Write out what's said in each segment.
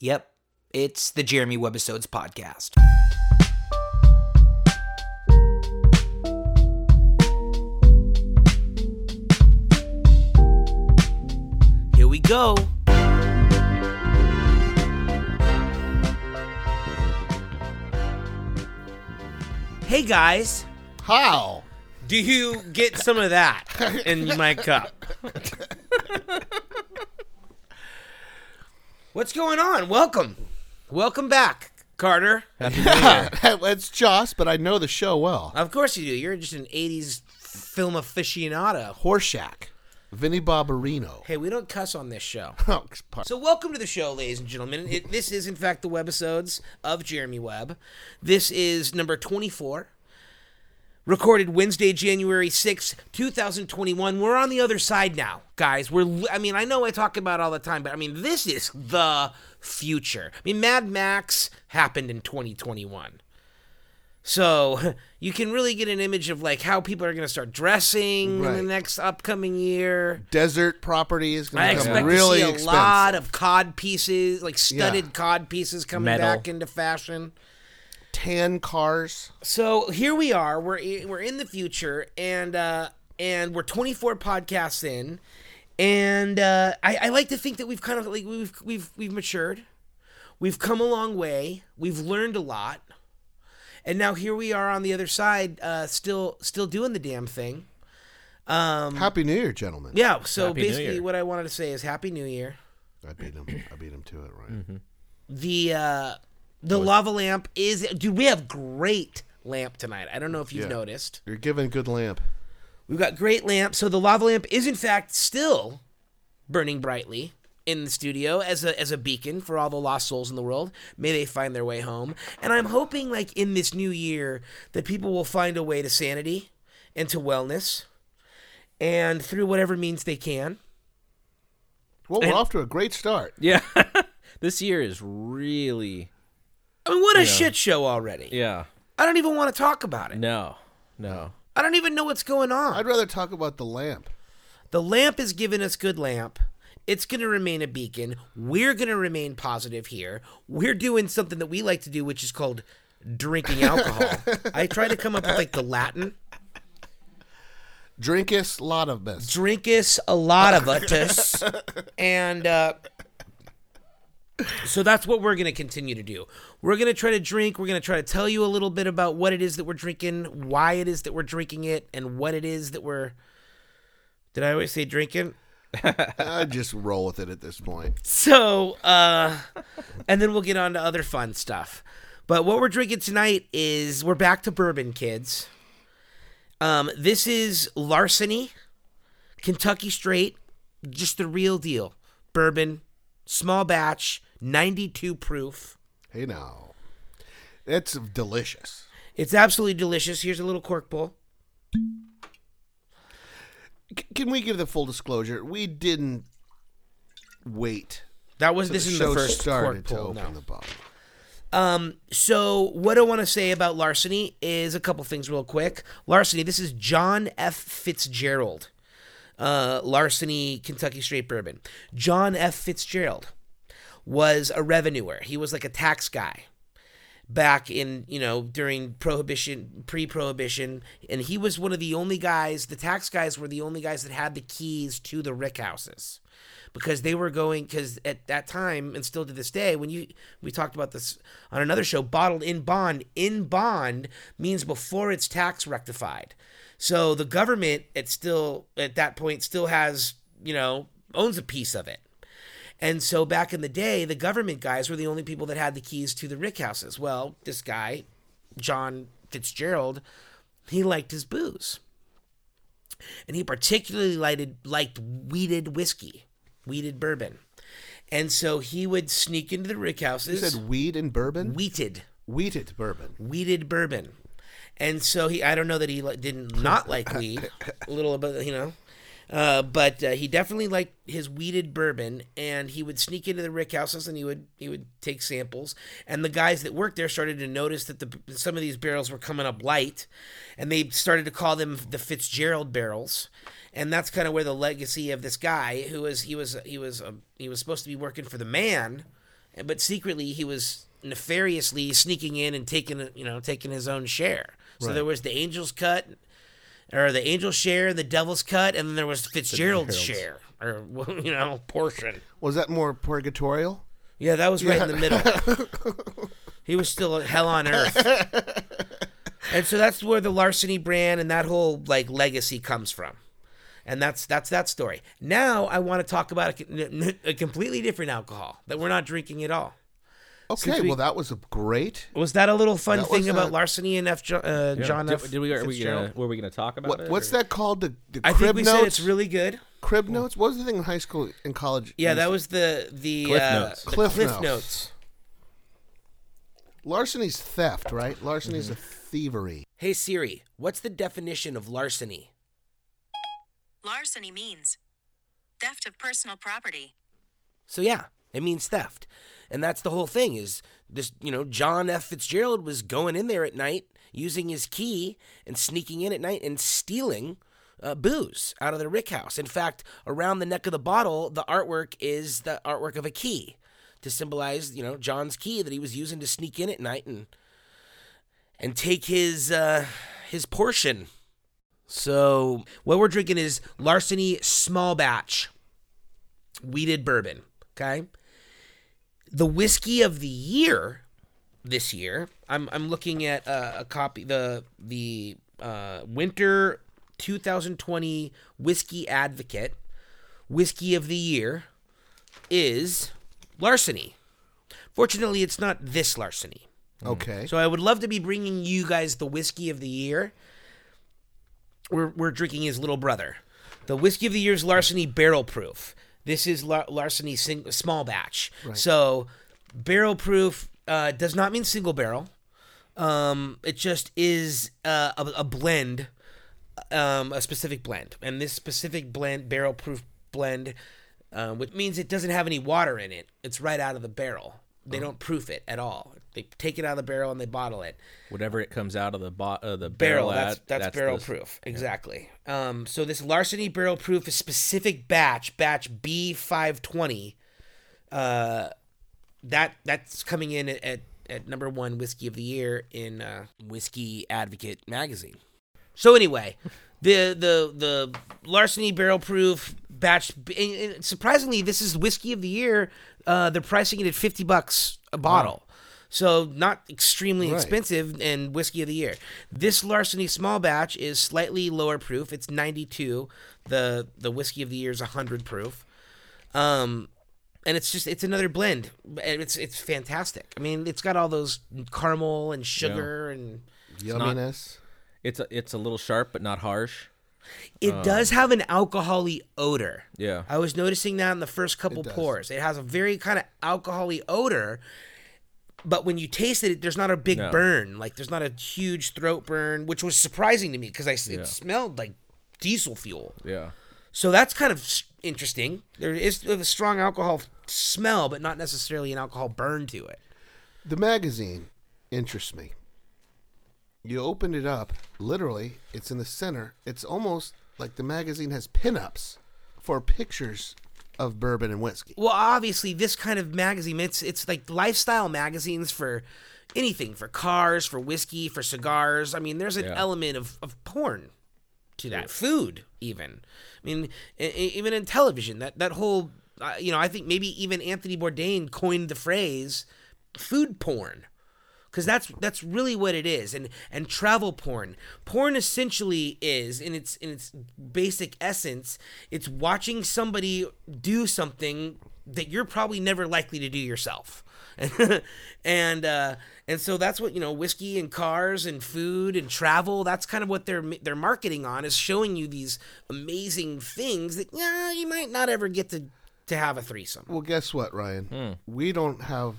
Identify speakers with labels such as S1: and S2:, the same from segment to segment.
S1: Yep, it's the Jeremy Webisodes podcast. Here we go. Hey guys,
S2: How?
S1: do you get some of that in my cup? What's going on? Welcome. Welcome back, Carter.
S2: it's Joss, but I know the show well.
S1: Of course you do. You're just an 80s film aficionado.
S2: Horseshack. Vinnie Barbarino.
S1: Hey, we don't cuss on this show.
S2: Oh, par-
S1: So, welcome to the show, ladies and gentlemen. It, this is, in fact, the webisodes of Jeremy Webb. This is number 24, recorded Wednesday, January 6th, 2021. We're on the other side now, guys. We're, li- I mean, I know I talk about it all the time, but I mean, this is the future. I mean, Mad Max happened in 2021. So you can really get an image of like how people are going to start dressing in the
S2: Right.
S1: next upcoming year.
S2: Desert property
S1: I
S2: is going to
S1: expect
S2: become really
S1: to see a
S2: expensive.
S1: lot of cod pieces, like studded
S2: Yeah.
S1: cod pieces coming
S3: Metal.
S1: back into fashion.
S2: Tan cars.
S1: So here we are. We're i- we're in the future, and uh, and we're 24 podcasts in, and uh, I, I like to think that we've kind of like we've we've we've matured, we've come a long way, we've learned a lot, and now here we are on the other side, uh, still still doing the damn thing. Um,
S2: Happy New Year, gentlemen.
S1: Yeah. So
S3: Happy New
S1: basically,
S3: Year.
S1: what I wanted to say is Happy New Year.
S2: I beat him. I beat him to it, right?
S1: Mm-hmm. the uh the lava lamp is dude we have great lamp tonight i don't know if you've
S2: Yeah.
S1: noticed
S2: You're giving good lamp.
S1: we've got great lamp so the lava lamp is in fact still burning brightly in the studio as a as a beacon for all the lost souls in the world may they find their way home and i'm hoping like in this new year that people will find a way to sanity and to wellness and through whatever means they can
S2: Well, we're off to a great start.
S3: Yeah. this year is really
S1: i mean what a shit show already
S3: yeah.
S1: i don't even want to talk about it
S3: No. No.
S1: i don't even know what's going on
S2: I'd rather talk about the lamp.
S1: The lamp is giving us good lamp. It's going to remain a beacon. We're going to remain positive here. We're doing something that we like to do, which is called drinking alcohol. I try to come up with like the Latin
S2: Drinkus Lotivus.
S1: drinkus a lot of us. And uh, so that's what we're going to continue to do. We're going to try to drink. We're going to try to tell you a little bit about what it is that we're drinking, why it is that we're drinking it, and what it is that we're. Did I always say drinking?
S2: I just roll with it at this point.
S1: So, uh, and then we'll get on to other fun stuff. But what we're drinking tonight is we're back to bourbon, kids. Um, this is Larceny, Kentucky Straight, just the real deal. Bourbon, small batch, 92 proof.
S2: Hey now, it's delicious.
S1: It's absolutely delicious. Here's a little cork bowl.
S2: C- can we give the full disclosure? We didn't wait.
S1: That was
S2: till
S1: this
S2: the
S1: is
S2: show
S1: the first cork
S2: started to
S1: pull.
S2: open
S1: No.
S2: the bottle.
S1: So, what I want to say about Larceny is a couple things, real quick. Larceny, this is John F. Fitzgerald. Uh, Larceny, Kentucky Straight Bourbon. John F. Fitzgerald was a revenuer, he was like a tax guy back in you know during prohibition pre-prohibition and he was one of the only guys the tax guys were the only guys that had the keys to the rickhouses because they were going because at that time and still to this day when you we talked about this on another show bottled in bond in bond means before it's tax rectified so the government it still at that point still has you know owns a piece of it and so back in the day, the government guys were the only people that had the keys to the rickhouses. Well, this guy, John Fitzgerald, he liked his booze. And he particularly lighted, liked weeded whiskey, weeded bourbon. And so he would sneak into the
S2: You
S1: rickhouses,
S2: said weed and bourbon?
S1: wheated,
S2: Wheated bourbon.
S1: weeded bourbon. And so he, I don't know that he li- didn't not like weed, a little bit, you know, uh, but uh, he definitely liked his weeded bourbon. And he would sneak into the rick houses and he would he would take samples. And the guys that worked there started to notice that the some of these barrels were coming up light, and they started to call them the Fitzgerald barrels. And that's kind of where the legacy of this guy, who was he was he was um, he was supposed to be working for the man, but secretly he was nefariously sneaking in and taking you know taking his own share. So there was the Angels cut, or the Angels share, the Devils cut, and then there was Fitzgerald's share, or you know portion.
S2: Was that more purgatorial?
S1: Yeah, that was right in the middle. he was still hell on earth. and so that's where the larceny brand and that whole like legacy comes from. And that's that's that story. Now I want to talk about a, co- a completely different alcohol that we're not drinking at all.
S2: Okay,
S1: we-
S2: well that was a great.
S1: Was that a little fun
S2: That was
S1: thing about
S2: a-
S1: larceny and F. Jo- uh, John
S3: did,
S1: F.
S3: did we, uh, are we gonna,
S1: Fitzgerald?
S3: were we going to talk about
S2: What,
S3: it?
S2: what's
S3: or-
S2: that called? The, the
S1: I think
S2: crib
S1: we
S2: notes.
S1: said it's really good.
S2: crib notes. What was the thing in high school and college?
S1: Yeah, that was the the
S3: Cliff
S1: uh,
S3: Notes.
S1: the
S2: Cliff
S1: cliff
S2: Notes.
S1: notes.
S2: larceny's theft, right? Larceny's
S1: Mm-hmm.
S2: a thievery.
S1: Hey Siri, what's the definition of larceny?
S4: Larceny means theft of personal property.
S1: So yeah, it means theft, and that's the whole thing. Is this you know John F. Fitzgerald was going in there at night using his key and sneaking in at night and stealing uh, booze out of the Rick House. In fact, around the neck of the bottle, the artwork is the artwork of a key to symbolize you know John's key that he was using to sneak in at night and and take his uh, his portion. So what we're drinking is Larceny Small Batch weeded bourbon. Okay. The whiskey of the year this year, I'm I'm looking at uh, a copy the the uh, winter 2020 whiskey advocate whiskey of the year is larceny. Fortunately, it's not this larceny.
S2: Okay.
S1: Mm-hmm. So I would love to be bringing you guys the whiskey of the year. We're, we're drinking his little brother. The whiskey of the year is Larceny Barrel Proof. This is lar- Larceny sing- Small Batch. So barrel proof uh, does not mean single barrel. Um, it just is uh, a, a blend, um, a specific blend, and this specific blend, barrel proof blend, uh, which means it doesn't have any water in it. It's right out of the barrel. They
S3: Uh-huh.
S1: don't proof it at all. They take it out of the barrel and they bottle it.
S3: Whatever it comes out of the bo- uh, the
S1: Barrel.
S3: barrel,
S1: That's
S3: at,
S1: that's, barrel
S3: the-
S1: proof. Exactly. Um, so this larceny barrel proof is specific batch, batch B five twenty. Uh, that that's coming in at, at at number one whiskey of the year in uh, Whiskey Advocate magazine. So anyway, the the the larceny barrel proof batch. and- and Surprisingly, this is whiskey of the year. Uh, they're pricing it at fifty bucks a bottle, so not extremely expensive. And whiskey of the year, this larceny small batch is slightly lower proof. It's ninety two. The the whiskey of the year is hundred proof. Um, and it's just it's another blend. And It's it's fantastic. I mean, it's got all those caramel and sugar and
S2: Yumminess.
S3: It's a, it's a little sharp but not harsh.
S1: It does have an alcoholy odor.
S3: Yeah.
S1: I was noticing that in the first couple
S2: does.
S1: pours. It has a very kind of alcoholy odor, but when you taste it, there's not a big
S3: No.
S1: burn. Like there's not a huge throat burn, which was surprising to me because I s- it smelled like diesel fuel.
S3: Yeah.
S1: So that's kind of s- interesting. There is a strong alcohol smell, but not necessarily an alcohol burn to it.
S2: The magazine interests me. You opened it up, literally, it's in the center. It's almost like the magazine has pinups for pictures of bourbon and whiskey.
S1: Well, obviously, this kind of magazine, it's it's like lifestyle magazines for anything, for cars, for whiskey, for cigars. I mean, there's an
S3: Yeah.
S1: element of, of porn to that, food even. I mean, e- e- even in television, that that whole, uh, you know, I think maybe even Anthony Bourdain coined the phrase "food porn." because that's that's really what it is and and travel porn porn essentially is in its in its basic essence it's watching somebody do something that you're probably never likely to do yourself and uh, and so that's what you know whiskey and cars and food and travel that's kind of what they're they're marketing on is showing you these amazing things that yeah you might not ever get to to have a threesome
S2: Well, guess what, Ryan?
S1: Hmm.
S2: We don't have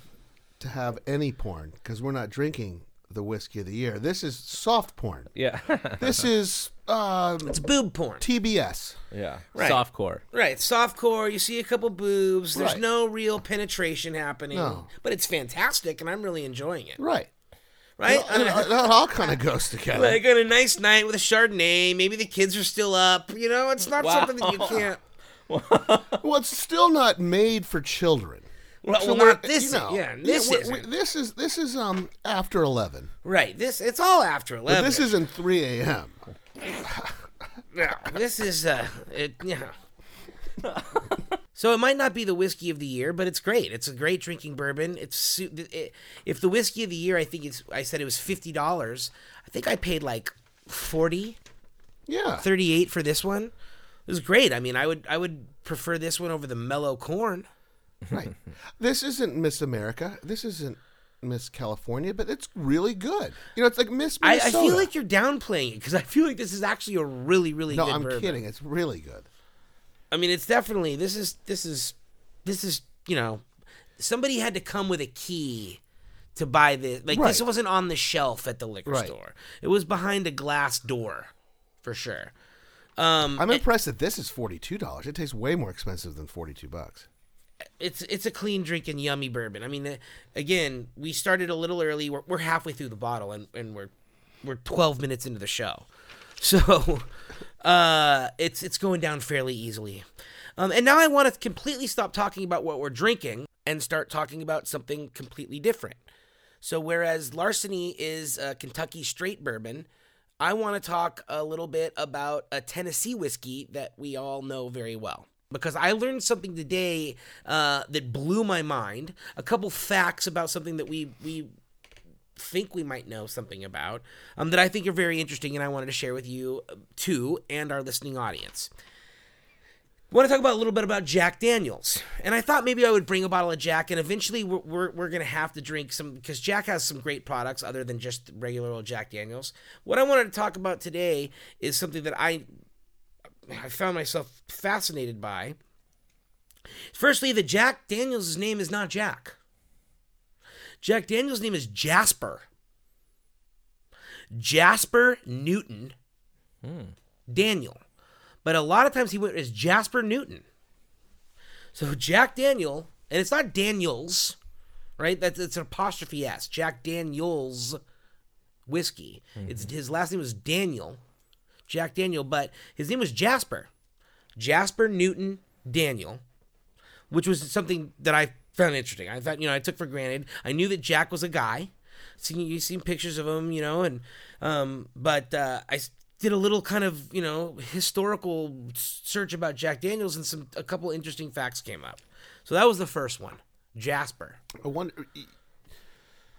S2: to have any porn because we're not drinking the whiskey of the year. This is soft porn.
S3: Yeah.
S2: This is um,
S1: it's boob porn
S2: TBS.
S3: yeah.
S1: Right.
S3: Softcore.
S1: Right, softcore. You see a couple boobs. There's
S2: Right.
S1: no real penetration happening,
S2: No.
S1: but it's fantastic, and I'm really enjoying it.
S2: Right.
S1: Right,
S2: It, it all kind of goes together.
S1: like on a nice night with a Chardonnay. Maybe the kids are still up. You know, it's not something that you can't.
S2: Well, it's still not made for children.
S1: Well, well,
S2: we're-
S1: not this.
S2: you know,
S1: yeah, this
S2: we're-
S1: isn't.
S2: we're- this is this is um after eleven.
S1: right. This it's all after eleven.
S2: But this isn't three a.m.
S1: Yeah, this is uh, it, yeah. so it might not be the whiskey of the year, but it's great. It's a great drinking bourbon. It's su- it, if the whiskey of the year, I think it's. I said it was fifty dollars. I think I paid like 40
S2: Yeah,
S1: 38 for this one. It was great. I mean, I would I would prefer this one over the mellow corn.
S2: right. This isn't Miss America. This isn't Miss California, but it's really good. You know, it's like Miss
S1: I,
S2: Minnesota.
S1: I feel like you're downplaying it because I feel like this is actually a really really
S2: no,
S1: good
S2: I'm
S1: bourbon.
S2: kidding. It's really good.
S1: I mean, it's definitely this is this is this is you know somebody had to come with a key to buy this. Like this
S2: Right.
S1: wasn't on the shelf at the liquor
S2: Right.
S1: store. It was behind a glass door, for sure. Um,
S2: I'm impressed that this is forty two dollars. It tastes way more expensive than forty two bucks.
S1: It's it's a clean drink and yummy bourbon. I mean, uh, again, we started a little early. We're, we're halfway through the bottle and and we're we're 12 minutes into the show, so uh, it's it's going down fairly easily. Um, and now I want to completely stop talking about what we're drinking and start talking about something completely different. So whereas Larceny is a Kentucky straight bourbon, I want to talk a little bit about a Tennessee whiskey that we all know very well. Because I learned something today uh, that blew my mind. A couple facts about something that we we think we might know something about um, that I think are very interesting, and I wanted to share with you uh, too and our listening audience. I want to talk about a little bit about Jack Daniels, and I thought maybe I would bring a bottle of Jack, and eventually we're we're, we're gonna have to drink some because Jack has some great products other than just regular old Jack Daniels. What I wanted to talk about today is something that I I found myself fascinated by. Firstly, the Jack Daniels' name is not Jack. Jack Daniels' name is Jasper. Jasper Newton Daniel. But a lot of times he went as Jasper Newton. So Jack Daniel, and it's not Daniels, right? That's it's an apostrophe S. Jack Daniels whiskey. It's his last name was Daniel. Jack Daniel, but his name was Jasper. Jasper Newton Daniel which was something that I found interesting. I thought, you know, I took for granted. I knew that Jack was a guy. Seen you seen pictures of him, you know, and um, but uh, I s- did a little kind of you know historical s- search about Jack Daniels, and some a couple interesting facts came up. So that was the first one, Jasper
S2: I wonder. e, I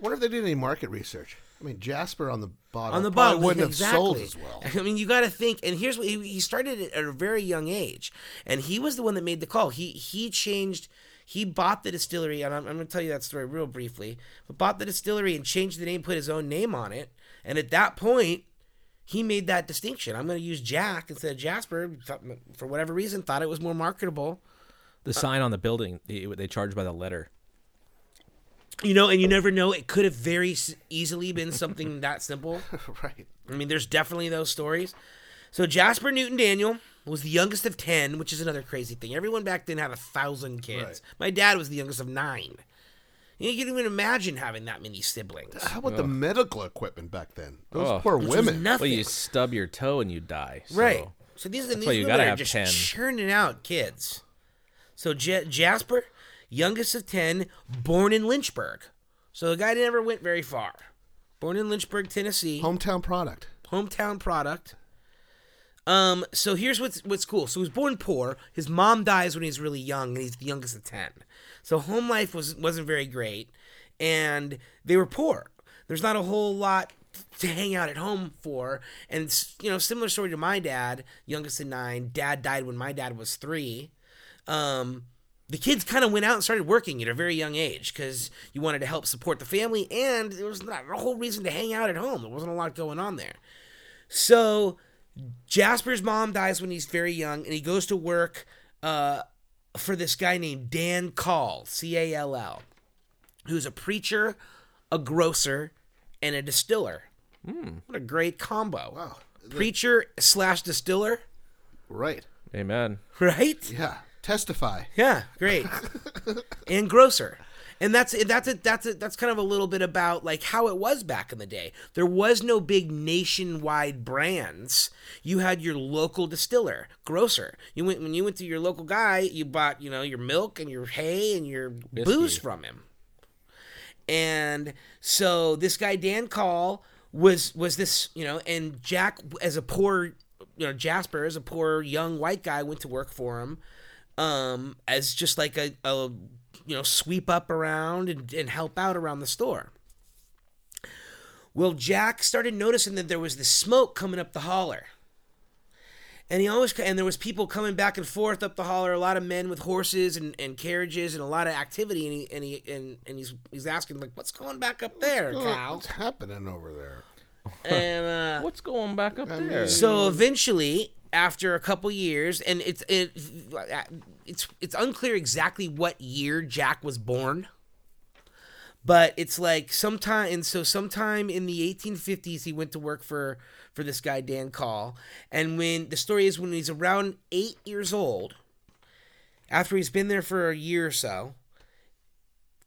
S2: wonder if they did any market research. I mean, Jasper on the bottle
S1: on the
S2: probably
S1: bottle
S2: wouldn't
S1: exactly.
S2: have sold as well.
S1: I mean, you got to think. And here's what he, he started it at a very young age, and he was the one that made the call. He he changed. He bought the distillery, and I'm, I'm going to tell you that story real briefly. But bought the distillery and changed the name, put his own name on it, and at that point, he made that distinction. I'm going to use Jack instead of Jasper thought- for whatever reason. Thought it was more marketable, Uh,
S3: The sign on the building, they, they charge by the letter.
S1: you know. And you never know; it could have very s- easily been something that simple.
S2: right.
S1: I mean, there's definitely those stories. So Jasper Newton Daniel was the youngest of ten, which is another crazy thing. Everyone back then had a thousand kids.
S2: Right.
S1: My dad was the youngest of nine. You can even imagine having that many siblings.
S2: How about the medical equipment back then? Those
S3: Ugh.
S2: poor
S1: Which was
S2: women.
S1: nothing.
S3: Well, you stub your toe and you die. so-
S1: Right. So these are these
S3: why you
S1: women
S3: gotta
S1: are
S3: have
S1: just
S3: 10.
S1: churning out kids. So J- Jasper, youngest of ten, born in Lynchburg. So the guy never went very far. Born in Lynchburg, Tennessee.
S2: Hometown product.
S1: hometown product. Um, so here's what's what's cool. So he was born poor. His mom dies when he's really young, and he's the youngest of ten. So home life was wasn't very great, and they were poor. There's not a whole lot to hang out at home for, and s- you know, similar story to my dad, youngest of nine. Dad died when my dad was three. Um, the kids kind of went out and started working at a very young age because you wanted to help support the family, and there was not a whole reason to hang out at home. There wasn't a lot going on there. So Jasper's mom dies when he's very young, and he goes to work uh, for this guy named Dan Call, C A L L, who's a preacher, a grocer, and a distiller. What a great combo!
S2: Wow.
S1: Preacher slash distiller,
S2: Right.
S3: Amen.
S1: right?
S2: Yeah. Testify.
S1: Yeah, great. and grocer. and that's that's a, that's a, that's kind of a little bit about like how it was back in the day. There was no big nationwide brands. You had your local distiller, grocer. You went when you went to your local guy, you bought you know your milk and your hay and your booze from him. And so this guy Dan Call was was this you know, and Jack as a poor you know Jasper as a poor young white guy went to work for him um as just like a, a you know sweep up around and, and help out around the store. Well, Jack started noticing that there was this smoke coming up the holler. And he always and there was people coming back and forth up the holler, a lot of men with horses and, and carriages and a lot of activity and he and he and, and he's he's asking like what's going back up there,
S2: Oh,
S1: Cal?
S2: What's happening over there?
S1: And uh
S3: What's going back up there?
S1: So eventually, after a couple years, and it's it, it's it's unclear exactly what year Jack was born, but it's like sometime and so sometime in the 1850s he went to work for for this guy Dan Call, and when the story is when he's around eight years old, after he's been there for a year or so.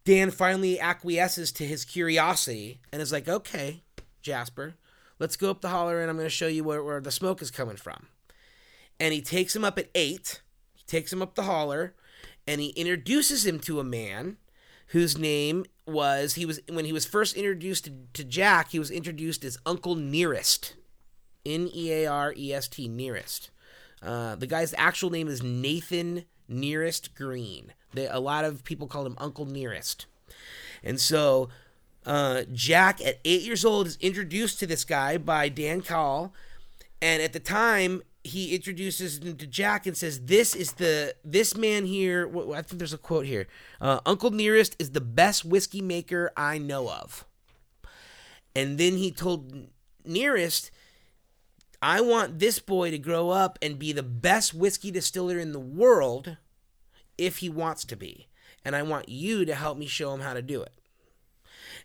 S1: Dan finally acquiesces to his curiosity and is like, okay, Jasper, let's go up the holler and I'm going to show you where, where the smoke is coming from. And he takes him up at eight, he takes him up the holler, and he introduces him to a man whose name was, he was, when he was first introduced to, to Jack, he was introduced as Uncle Nearest. N E A R E S T, Nearest. Uh, the guy's actual name is Nathan Nearest Green. They, a lot of people call him Uncle Nearest. And so uh, Jack, at eight years old, is introduced to this guy by Dan Call. And at the time, he introduces him to Jack and says, This is the, this man here, wh- I think there's a quote here uh, Uncle Nearest is the best whiskey maker I know of. And then he told Nearest, I want this boy to grow up and be the best whiskey distiller in the world if he wants to be. And I want you to help me show him how to do it.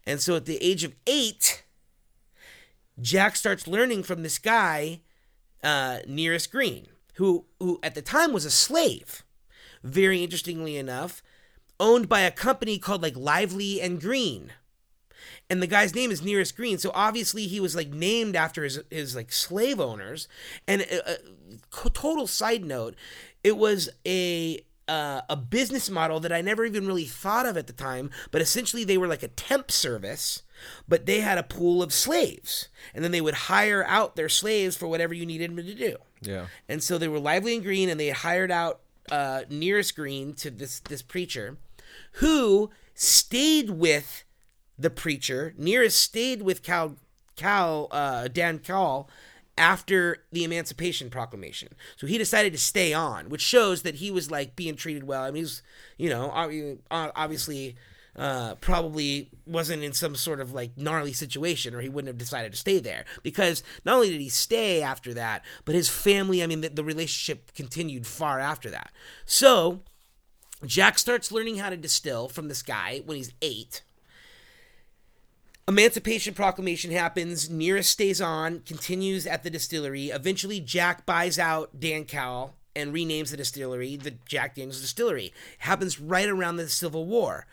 S1: And so at the age of eight, Jack starts learning from this guy, uh, Nearest Green, who, who at the time was a slave, very interestingly enough, owned by a company called like Lively and Green and the guy's name is Nearest Green, so obviously he was like named after his his like slave owners. And a, a co- total side note, it was a uh, a business model that I never even really thought of at the time, but essentially they were like a temp service, but they had a pool of slaves, and then they would hire out their slaves for whatever you needed them to do.
S3: yeah.
S1: And so they were lively and green, and they had hired out uh, nearest green to this this preacher, who stayed with the preacher. Nearest stayed with Cal Cal uh, Dan Cal after the Emancipation Proclamation. So he decided to stay on, which shows that he was like being treated well. I mean, he's you know ob- uh, obviously. Uh, probably wasn't in some sort of like gnarly situation, or he wouldn't have decided to stay there. Because not only did he stay after that, but his family—I mean, the, the relationship continued far after that. So Jack starts learning how to distill from this guy when he's eight. Emancipation Proclamation happens. Nearest stays on, continues at the distillery. Eventually, Jack buys out Dan Cowell and renames the distillery the Jack Daniels Distillery. Happens right around the Civil War.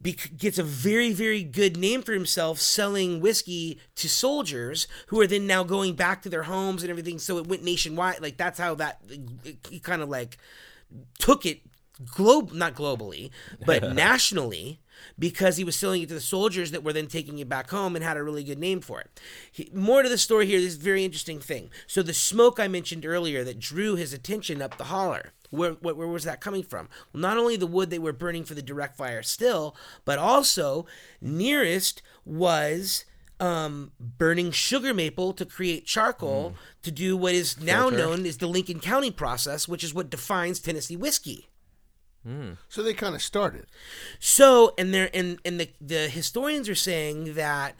S1: Bec gets a very, very good name for himself selling whiskey to soldiers who are then now going back to their homes and everything. So it went nationwide. Like, that's how that he kind of like took it globe not globally but nationally because he was selling it to the soldiers that were then taking it back home and had a really good name for it he, more to the story here this is a very interesting thing so the smoke i mentioned earlier that drew his attention up the holler where, where, where was that coming from well, not only the wood they were burning for the direct fire still but also nearest was um, burning sugar maple to create charcoal to do what is now known as the Lincoln County process, which is what defines Tennessee whiskey.
S2: So they kind of started.
S1: So, and there, and and the the historians are saying that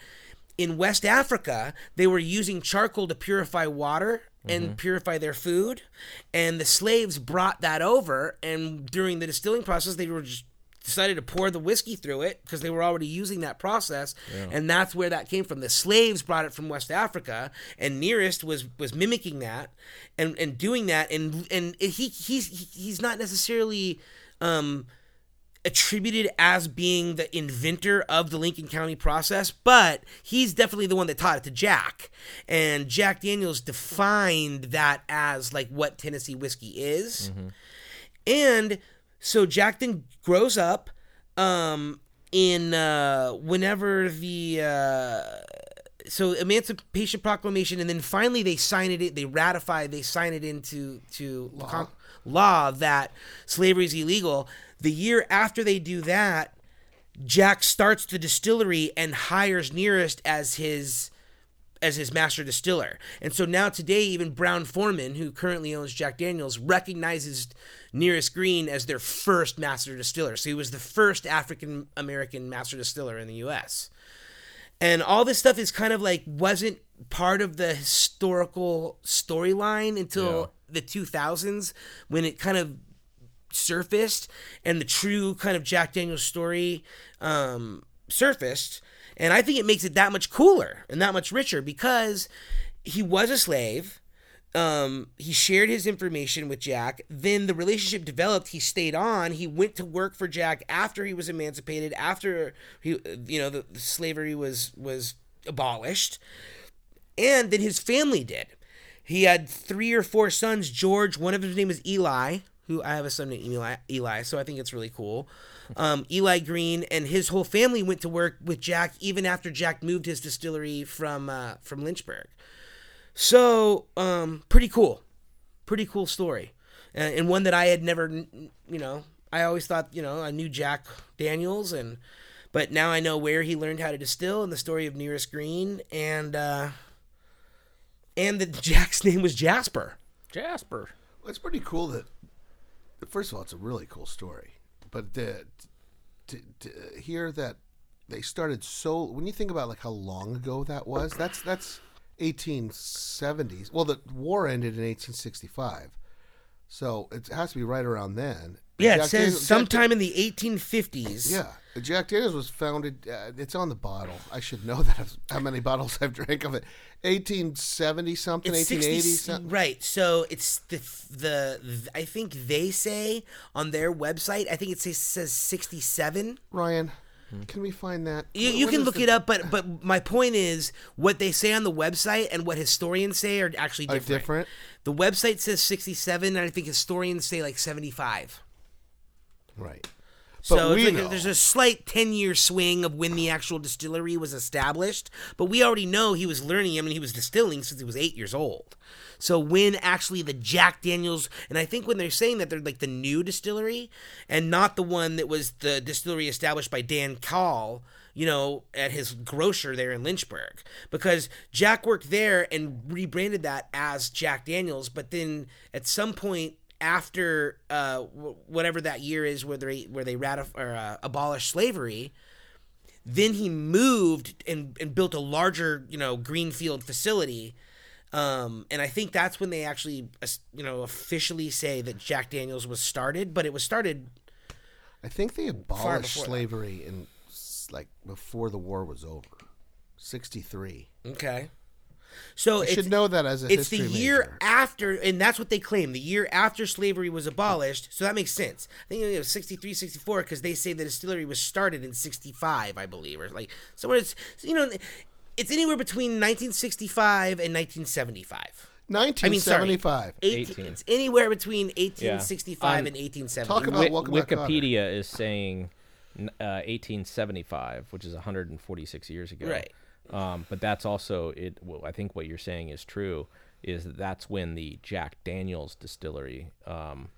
S1: in West Africa they were using charcoal to purify water and purify their food, and the slaves brought that over, and during the distilling process they were just decided to pour the whiskey through it because they were already using that process and that's where that came from the slaves brought it from west africa and nearest was was mimicking that and and doing that and and he he's he's not necessarily um attributed as being the inventor of the Lincoln County process, but he's definitely the one that taught it to Jack. And Jack Daniels defined that as like what Tennessee whiskey is. And so Jack then grows up um, in uh, whenever the uh, so Emancipation Proclamation, and then finally they sign it. They ratify. They sign it into to law, law that slavery is illegal. The year after they do that, Jack starts the distillery and hires Nearest as his as his master distiller. And so now today, even Brown Foreman, who currently owns Jack Daniels, recognizes Nearest Green as their first master distiller. So he was the first African American master distiller in the U.S. And all this stuff is kind of like wasn't part of the historical storyline until the 2000s when it kind of surfaced and the true kind of Jack Daniels story um, surfaced. And I think it makes it that much cooler and that much richer because he was a slave. Um, he shared his information with Jack. Then the relationship developed. He stayed on. He went to work for Jack after he was emancipated. After he, you know, the, the slavery was was abolished and then his family did. He had three or four sons. George, one of his name is Eli, who I have a son named Eli, Eli so I think it's really cool. Um, Eli Green and his whole family went to work with Jack even after Jack moved his distillery from uh, from Lynchburg. So um, pretty cool, pretty cool story, Uh, and, and one that I had never, kn- you know, I always thought you know I knew Jack Daniels and. But now I know where he learned how to distill and the story of Nearest Green and uh, and that Jack's name was Jasper.
S3: Jasper.
S2: Well, it's pretty cool that, first of all, it's a really cool story. But to, to, to hear that they started so, when you think about like how long ago that was, that's that's 1870s. Well, the war ended in 1865, so it has to be right around then.
S1: Yeah, it
S2: Jack
S1: says
S2: Daniel- Jack
S1: sometime in the 1850s.
S2: Yeah, Jack Daniels was founded. Uh, it's on the bottle. I should know that. How many bottles I've drank of it? Eighteen seventy something,
S1: It's
S2: eighteen eighty
S1: 60,
S2: something.
S1: right. So it's the, the I think they say on their website. I think it says, says 67.
S2: Ryan, can we find that?
S1: Hmm. You, you can look it up, but but my point is what they say on the website and what historians say are actually
S2: Are
S1: different.
S2: different.
S1: The website says 67, and I think historians say like 75.
S2: Right. But
S1: So
S2: we
S1: it's like
S2: know.
S1: there's a slight 10 year swing of when the actual distillery was established, but we already know he was learning, I mean, he was distilling since he was eight years old. So when actually the Jack Daniels, and I think when they're saying that they're like the new distillery and not the one that was the distillery established by Dan Call, you know, at his grocer there in Lynchburg, because Jack worked there and rebranded that as Jack Daniels, but then at some point, after uh, w- whatever that year is where they where they ratif- or, uh, abolished slavery, then he moved and, and built a larger you know greenfield facility, um, and I think that's when they actually uh, you know officially say that Jack Daniels was started, but it was started
S2: I think they abolished
S1: before that.
S2: slavery in s- like before the war was over, sixty three.
S1: okay. So
S2: I
S1: it's,
S2: should know that as a
S1: it's the
S2: history
S1: year
S2: major.
S1: after and that's what they claim the year after slavery was abolished so that makes sense i think it was 63 64 because they say the distillery was started in 65 i believe or like somewhere it's you know it's anywhere between 1965 and 1975 I
S2: Nineteen
S1: mean,
S2: seventy
S1: sorry,
S2: five.
S1: 18, it's anywhere between 1865
S3: On-
S1: and 1870
S2: Talk about
S3: Wi-
S2: Oh, welcome back, Otter.
S3: Wikipedia is saying n- uh, 1875, which is 146 years ago.
S1: Right.
S3: Um, but that's also it. Well, I think what you're saying is true. Is that that's when the Jack Daniels distillery. Um,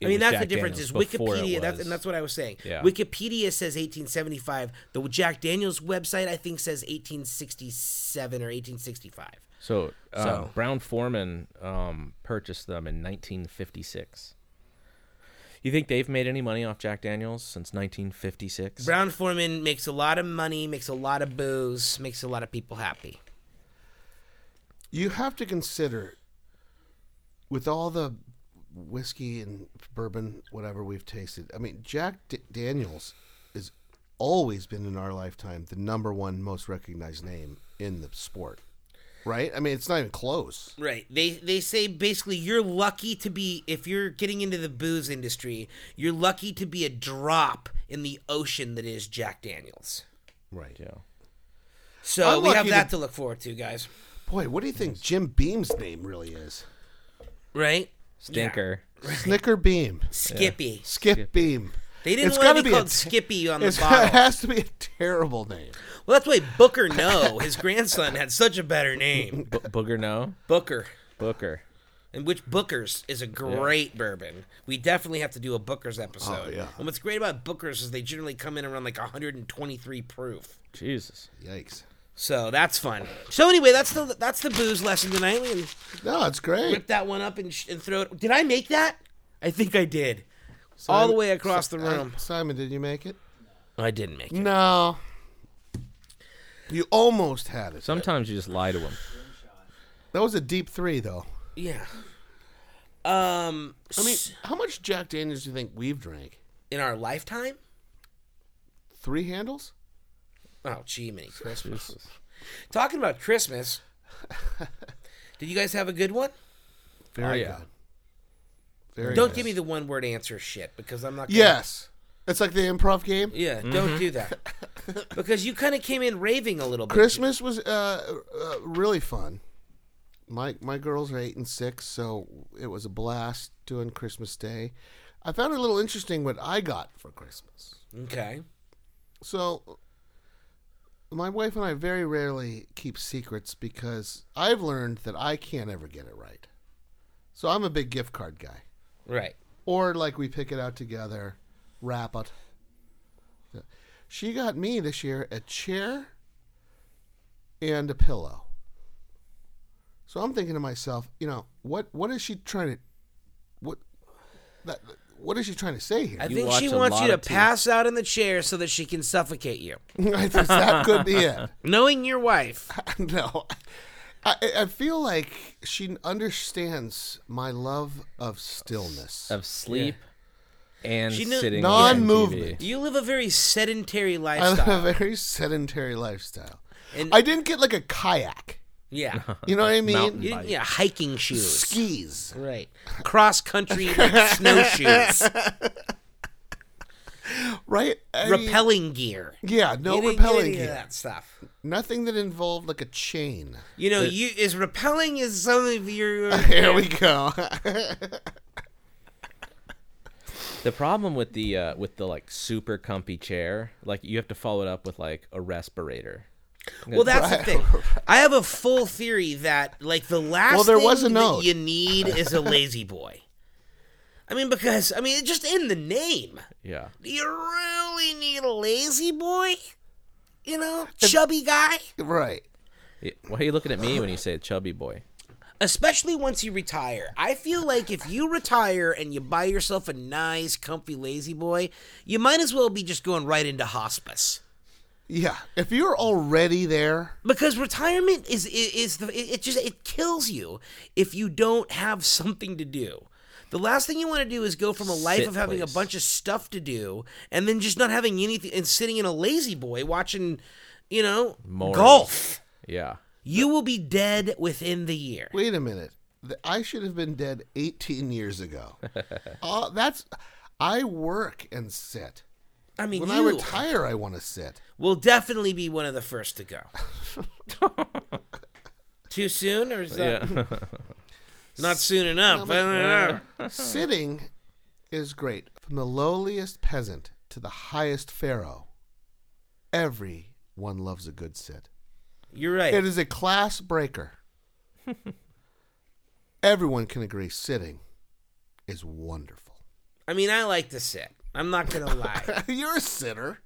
S3: it
S1: I mean,
S3: was
S1: that's the
S3: Jack
S1: difference.
S3: Daniels
S1: is
S3: before it
S1: Wikipedia, that's,
S3: was-
S1: and that's what I was saying.
S3: Yeah.
S1: Wikipedia says 1875. The Jack Daniels website, I think, says 1867 or 1865.
S3: So, um,
S1: So-
S3: Brown Foreman um, purchased them in 1956. You think they've made any money off Jack Daniels since 1956?
S1: Brown Foreman makes a lot of money, makes a lot of booze, makes a lot of people happy.
S2: you have to consider with all the whiskey and bourbon whatever we've tasted i mean jack D- daniels has always been in our lifetime the number one most recognized name in the sport right? I mean, it's not even close.
S1: Right. They they say basically you're lucky to be if you're getting into the booze industry, you're lucky to be a drop in the ocean that is Jack Daniels.
S2: Right.
S3: Yeah.
S1: So
S2: I'm
S1: we have
S2: lucky
S1: that
S2: to-
S1: to look forward to, guys.
S2: Boy, what do you think Jim Beam's name really is?
S1: Right?
S3: Stinker.
S2: Snicker Beam.
S1: Skippy.
S2: Skip Beam.
S1: They didn't
S2: It's
S1: want
S2: gotta
S1: to be
S2: be a
S1: called
S2: t-
S1: Skippy on the
S2: It's, it
S1: bottle.
S2: has to be a terrible name.
S1: Well, that's why Booker No, his grandson, had such a better name,
S3: Bo- Booger no.
S1: Booker.
S3: Booker.
S1: And which Booker's is a great bourbon. We definitely have to do a Booker's episode.
S2: Oh, yeah.
S1: And what's great about Booker's is they generally come in around like 123 proof.
S3: Jesus.
S2: Yikes.
S1: So that's fun. So anyway, that's the that's the booze lesson tonight. We
S2: No, it's
S1: rip
S2: great.
S1: that one up and, sh- and throw it. Did I make that? I think I did. All the way across the room.
S2: Simon, did you make it?
S1: I didn't make it.
S2: No. You almost had it.
S3: Sometimes you just lie to him.
S2: That was a deep three, though.
S1: Yeah. Um.
S2: I mean, how much Jack Daniels do you think we've drank?
S1: in our lifetime.
S2: Three handles?
S1: Oh, gee, many Christmas. Talking about Christmas. did you guys have a good one?
S2: Very
S3: Oh, yeah.
S2: good. Very
S1: Don't
S2: good.
S1: give me the one word answer shit because I'm not. Gonna,
S2: Yes. It's like the improv game.
S1: Yeah.
S3: Mm-hmm.
S1: Don't do that because you kind of came in raving a little bit.
S2: Christmas was uh, uh, really fun. My my girls are eight and six, so it was a blast doing Christmas Day. I found it a little interesting what I got for Christmas.
S1: Okay.
S2: So, my wife and I very rarely keep secrets because I've learned that I can't ever get it right. So I'm a big gift card guy,
S1: Right.
S2: or like we pick it out together, wrap it. She got me this year a chair and a pillow. So I'm thinking to myself, you know, what what is she trying to, what, that, what is she trying to say here?
S1: I
S3: You
S1: think
S3: watch
S1: she
S3: a
S1: wants
S3: lot
S1: you to
S3: of TV.
S1: pass out in the chair so that she can suffocate you.
S2: that could be it.
S1: Knowing your wife,
S2: no. I, I feel like she understands my love of stillness.
S3: Of sleep and
S1: She knew-
S3: sitting
S2: Non-movement.
S3: On TV.
S1: you live a very sedentary
S2: I live
S1: lifestyle.
S2: a very sedentary lifestyle.
S1: And-
S2: I didn't get like a kayak.
S1: Yeah.
S2: You know what I
S3: Mountain
S1: You
S2: mean?
S1: didn't, yeah, hiking shoes.
S2: Skis.
S1: Right. Cross country like, snowshoes.
S2: Right? I mean,
S1: Repelling gear.
S2: Yeah, no
S1: you didn't get
S2: repelling
S1: any of
S2: gear.
S1: that stuff.
S2: Nothing that involved like a chain.
S1: You know, you is repelling is some of your
S2: Here we go.
S3: The problem with the uh, with the like super comfy chair, like you have to follow it up with like a respirator.
S1: Well, that's the thing. I have a full theory that like the last
S2: Well, there
S1: thing
S2: was a
S1: that
S2: note.
S1: you need is a lazy boy. I mean, because I mean, it's just in the name.
S3: Yeah.
S1: Do you really need a lazy boy? You know, chubby guy?
S2: right.
S3: Yeah, Why are you looking at me when you say chubby boy?
S1: Especially once you retire. I feel like if you retire and you buy yourself a nice, comfy lazy boy, you might as well be just going right into hospice.
S2: Yeah. If you're already there,
S1: Because retirement is i- is the it it just it kills you if you don't have something to do. The last thing you want to do is go from a life
S3: Sit
S1: of having a
S3: place.
S1: bunch of stuff to do and then just not having anything and sitting in a lazy boy watching, you know,
S3: Maury.
S1: golf.
S3: Yeah.
S1: You will be dead within the year.
S2: Wait a minute. Th- I should have been dead 18 years ago. uh, that's I work and sit.
S1: I mean,
S2: When
S1: you
S2: I retire, I want to sit.
S1: will definitely be one of the first to go. Too soon, or is that
S3: Yeah.
S1: not soon enough? I don't know.
S2: Sitting is great. From the lowliest peasant to the highest pharaoh, everyone loves a good sit.
S1: You're right.
S2: It is a class breaker. everyone can agree sitting is wonderful.
S1: I mean, I like to sit. I'm not gonna lie.
S2: You're a sitter.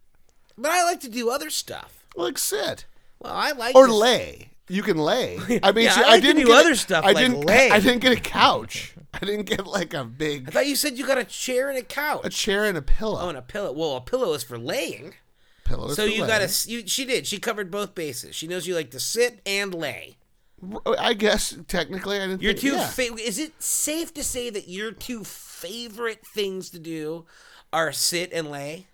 S1: But I like to do other stuff.
S2: Like sit.
S1: Well, I like
S2: or
S1: to-
S2: lay. You can lay. I mean,
S1: Yeah,
S2: see,
S1: I
S2: I,
S1: like to
S2: didn't
S1: do
S2: get
S1: other
S2: a-
S1: stuff
S2: I
S1: like
S2: didn't.
S1: lay.
S2: I didn't get a couch. I didn't get like a
S1: I
S2: big
S1: thought you said you got a chair and a
S2: a
S1: couch.
S2: chair and a pillow.
S1: Oh, and a pillow. Well, a pillow is for laying.
S2: pillow. is
S1: so
S2: for
S1: you
S2: laying.
S1: got to. You, she did. She covered both bases. She knows you like to sit and lay.
S2: I guess technically, I didn't.
S1: Your
S2: think,
S1: two.
S2: yeah.
S1: Fa- is it safe to say that your two favorite things to do are sit and lay?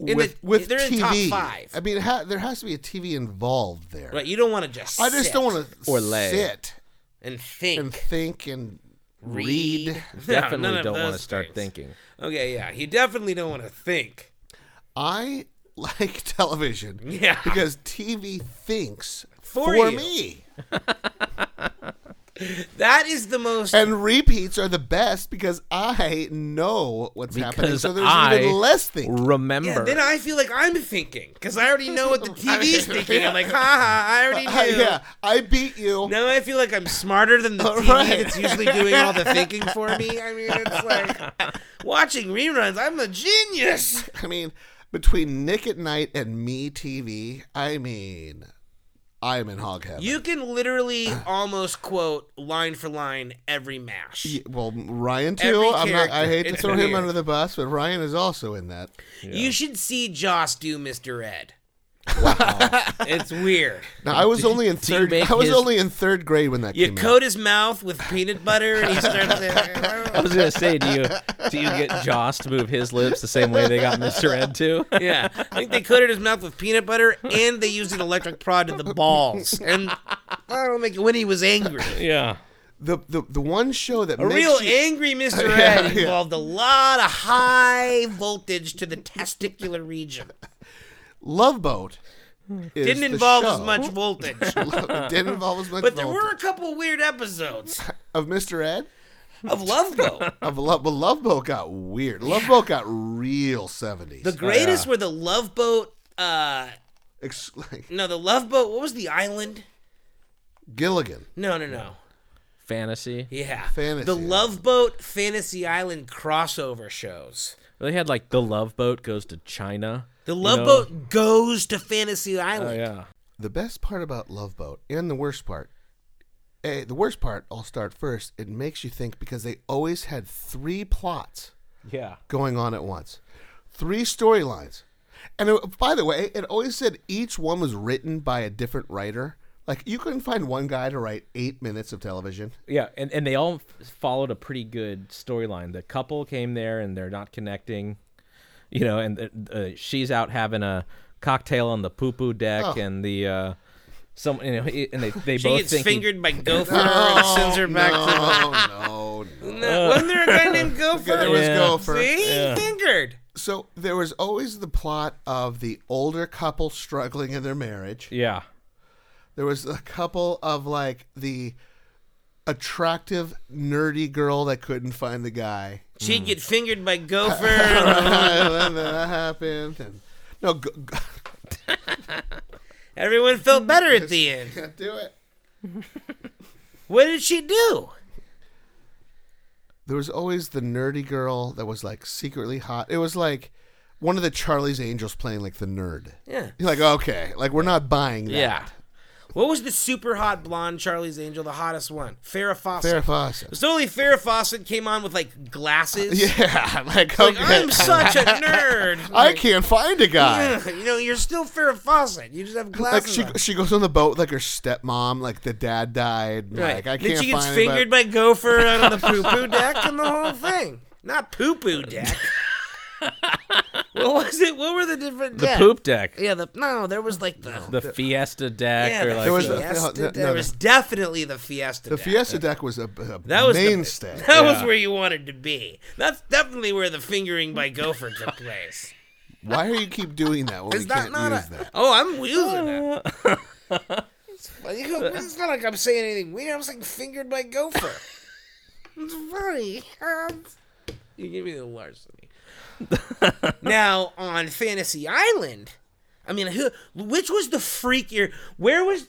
S1: In
S2: with
S1: the-
S2: with
S1: they're in
S2: TV.
S1: top five.
S2: I mean, ha- there has to be a TV involved there.
S1: Right? You don't want to just.
S2: I just
S1: sit
S2: don't want to
S3: Or lay.
S2: sit
S1: and think.
S2: and think and
S1: read.
S2: read.
S1: No,
S3: Definitely
S1: none of
S3: don't want to
S1: those
S3: start
S1: things.
S3: thinking.
S1: Okay, yeah, you definitely don't want to think.
S2: I like television.
S1: Yeah.
S2: Because TV thinks
S1: For
S2: for,
S1: you.
S2: me.
S1: That is the most.
S2: And repeats are the best because I know what's happening.
S3: Because
S2: So there's
S3: I
S2: even less thinking.
S3: remember.
S1: yeah, then I feel like I'm thinking because I already know what the
S2: I mean,
S1: TV's thinking.
S2: yeah. Uh,
S1: I'm like, ha ha, I already knew.
S2: yeah, I beat you.
S1: Now I feel like I'm smarter than the
S2: All
S1: TV
S2: right.
S1: that's usually doing all the thinking for me. I mean, it's like watching reruns. I'm a genius.
S2: I mean, between Nick at Night and Me TV, I mean, I am in hog heaven.
S1: You can literally almost quote line for line every mash.
S2: Y- well, Ryan
S1: Every
S2: too. I'm not, I
S1: character.
S2: hate to
S1: It's
S2: throw him
S1: weird.
S2: under the bus, but Ryan is also in that.
S1: You should see Joss do Mr. Ed. it's weird.
S2: Now I was only in
S3: do you
S2: third.
S3: make
S2: I was
S3: his-
S2: only in third grade when that
S1: You
S2: came
S1: coat his mouth with peanut butter and he starts. "Oh,
S3: I
S1: to-
S3: was gonna say, do you do you get Joss to move his lips the same way they got Mr. Ed to?
S1: yeah, I think they coated his mouth with peanut butter and they used an electric prod to the balls. And I don't make it when he was angry.
S3: yeah.
S2: out. The, the the one show that
S1: A
S2: makes
S1: real
S2: you,
S1: angry Mr.
S2: Yeah,
S1: Ed
S2: yeah.
S1: involved a lot of high voltage to the testicular region.
S2: Love Boat is
S1: Didn't
S2: the
S1: involve as
S2: show.
S1: much voltage.
S2: didn't involve as much.
S1: But there were
S2: voltage.
S1: a couple weird episodes
S2: of Mr. Ed.
S1: of Love Boat.
S2: Of Love, but Love Boat got weird. Love Boat got real seventies.
S1: The greatest were the Love Boat. Uh,
S2: Ex- like,
S1: no, the Love Boat. What was the island?
S2: Gilligan.
S1: No, no, no.
S3: Fantasy.
S1: Yeah,
S2: Fantasy
S1: The
S2: Island.
S1: Love Boat Fantasy Island crossover shows.
S3: They had like the Love Boat goes to China.
S1: The
S3: you
S1: Love
S3: know?
S1: Boat goes to Fantasy
S3: Oh
S1: Island.
S3: yeah.
S2: The best part about Love Boat and the worst part. eh, the worst part, I'll start first. It makes you think because they always had three plots.
S3: Yeah.
S2: going on at once. Three storylines. And it, by the way, it always said each one was written by a different writer. Like you couldn't find one guy to write eight minutes of television.
S3: Yeah, and, and they all f- followed a pretty good storyline. The couple came there and they're not connecting, you know, and uh, uh, she's out having a cocktail on the poo poo deck,
S2: Oh.
S3: and the uh, some you know, it- and they they
S1: She
S3: both
S1: gets
S3: think
S1: fingered by Gopher and sends her back to.
S2: Oh, no, no, no.
S1: No, wasn't there a guy named Gopher?
S2: There was
S3: Yeah.
S2: Gopher.
S1: See, fingered.
S2: So there was always the plot of the older couple struggling in their marriage.
S3: yeah,
S2: There was a couple of like the attractive nerdy girl that couldn't find the guy.
S3: Hmm.
S1: She'd get fingered by Gopher. and
S2: and then that happened. And, no, go, go,
S1: everyone felt better at the end.
S2: can't do it.
S1: What did she do?
S2: there was always the nerdy girl that was like secretly hot. It was like one of the Charlie's Angels playing like the nerd.
S1: Yeah.
S2: You're like, okay, like we're not buying that.
S3: yeah.
S1: What was the super hot blonde Charlie's Angel, the hottest one? Farrah Fawcett.
S2: Farrah Fawcett.
S1: It's only Farrah Fawcett came on with like glasses.
S2: Yeah, like
S1: Like,
S2: okay,
S1: I'm such a nerd.
S2: I can't find a guy.
S1: Ugh, you know, you're still Farrah Fawcett. You just have
S2: Like
S1: glasses.
S2: she
S1: on.
S2: she goes on the boat with, like her stepmom, like the dad died.
S1: Right.
S2: Like I can't
S1: then she gets
S2: find
S1: fingered
S2: anybody.
S1: by Gopher out on the poo poo deck and the whole thing. Not poo poo deck. what was it? What were the different
S3: the
S1: decks?
S3: poop deck,
S1: Yeah, the no, there was like the
S3: the Fiesta deck,
S1: yeah,
S3: or
S1: the
S3: like
S2: There was
S3: the-
S2: a-
S1: Fiesta.
S2: no, no,
S1: there
S2: no.
S1: was definitely the Fiesta.
S2: The
S1: deck.
S2: Fiesta deck was a, a
S1: That was the-
S2: mainstay.
S1: That was
S3: Yeah.
S1: where you wanted to be. That's definitely where the fingering by Gopher took place.
S2: Why do you keep doing that when we
S1: Is that
S2: can't
S1: not
S2: use
S1: a?
S2: that?
S1: Oh, I'm using it. Well, you go- it's not like I'm saying anything weird. I'm saying fingered by Gopher. it's funny. you give me the larceny. now on Fantasy Island, I mean, who? Which was the freakier? Where was?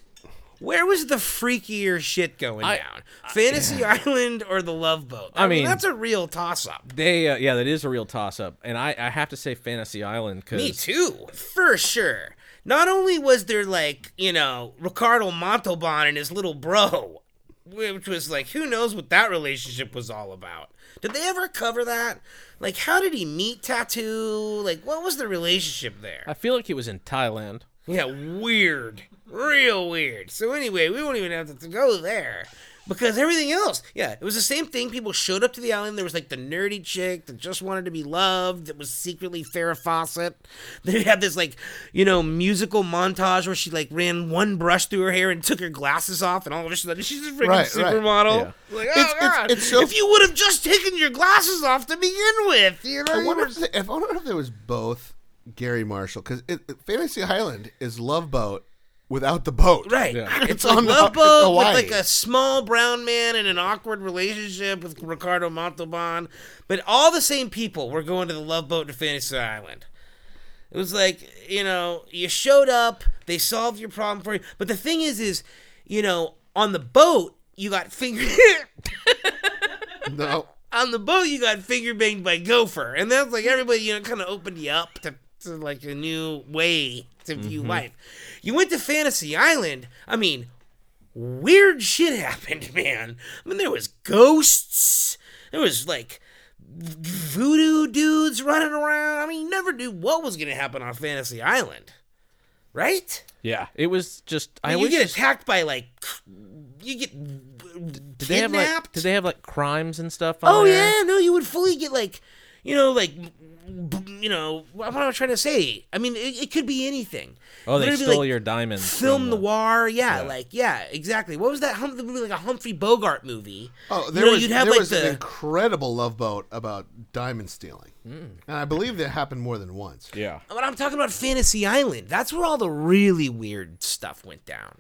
S1: Where was the freakier shit going down? Fantasy Island or the Love Boat? I,
S3: I
S1: mean,
S3: mean-
S1: that's a real toss-up.
S3: they uh, yeah, that is a real toss up, and I I have to say Fantasy Island
S1: Me
S3: because
S1: too, for sure. Not only was there like you know Ricardo Montalban and his little bro, which was like who knows what that relationship was all about. Did they ever cover that? Like how did he meet Tattoo? Like what was the relationship there?
S3: I feel like it was in Thailand.
S1: Yeah, weird, real weird. So anyway, we won't even have to go there. because everything else, yeah, it was the same thing. People showed up to the island. There was like the nerdy chick that just wanted to be loved, that was secretly Farrah Fawcett. They had this like, you know, musical montage where she like ran one brush through her hair and took her glasses off, and all of a sudden she's a freaking
S2: Right, right.
S1: supermodel. Like, oh
S2: It's- it's-
S1: god,
S2: it's so-
S1: if you would have just taken your glasses off to begin with, you know,
S2: I
S1: you
S2: wonder,
S1: were-
S2: if they, I wonder if there was both Gary Marshall because Fantasy Island is Love Boat without the boat.
S1: Right.
S3: Yeah.
S1: It's,
S2: It's
S1: like
S2: on the-
S1: Love
S2: it's
S1: Boat with
S2: Hawaii.
S1: like a small brown man in an awkward relationship with Ricardo Montalban. But all the same people were going to the Love Boat to Fantasy Island. It was like, you know, you showed up, they solved your problem for you. But the thing is, is, you know, on the boat, you got finger
S2: No.
S1: on the boat you got finger banged by gopher and that's like everybody you know kind of opened you up to, to like a new way to
S3: Mm-hmm.
S1: view life you went to fantasy island i mean weird shit happened man i mean there was ghosts there was like voodoo dudes running around i mean you never knew what was gonna happen on fantasy island right
S3: Yeah, it was just
S1: I
S3: I
S1: mean, you
S3: wish
S1: get
S3: this-
S1: attacked by like you get
S3: did they have like
S1: kidnapped.
S3: did they have like crimes and stuff? On
S1: Oh
S3: there?
S1: yeah, no, you would fully get like, you know, like, b- you know, what am I trying to say? I mean, it, it could be anything.
S3: Oh, they
S1: Literally,
S3: stole
S1: like,
S3: your diamonds.
S1: Film
S3: from the-
S1: noir, yeah, like yeah, exactly. What was that? Hum- the movie, like a Humphrey Bogart movie.
S2: Oh,
S1: You
S2: there
S1: know,
S2: was, there was an incredible Love Boat about diamond stealing,
S1: Hmm.
S2: and I believe that happened more than once.
S3: Yeah.
S1: But I'm talking about Fantasy Island. That's where all the really weird stuff went down.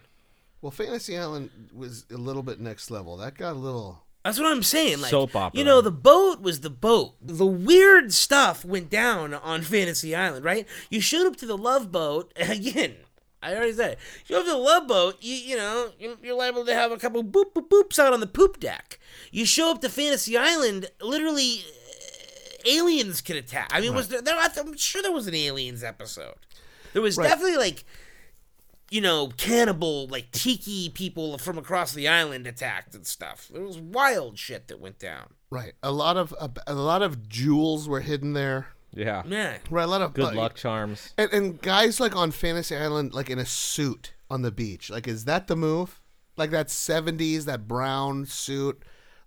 S2: Well, Fantasy Island was a little bit next level. That got a little.
S1: That's what I'm saying. Like,
S3: Soap opera.
S1: You know, the boat was the boat. The weird stuff went down on Fantasy Island, right? You showed up to the love boat again. I already said it. You show up to the love boat, you you know, you- you're liable to have a couple boop boop boops out on the poop deck. You show up to Fantasy Island, literally, uh, aliens could attack. I mean, was there, there? I'm sure there was an aliens episode. There was definitely like you know, cannibal, like tiki people from across the island attacked and stuff. It was wild shit that went down.
S2: Right, a lot of a, a lot of jewels were hidden there.
S3: Yeah.
S1: Yeah.
S2: Right, a lot of uh,
S3: Good luck charms.
S2: And, and guys like on Fantasy Island, like in a suit on the beach, like is that the move? Like that '70s, that brown suit,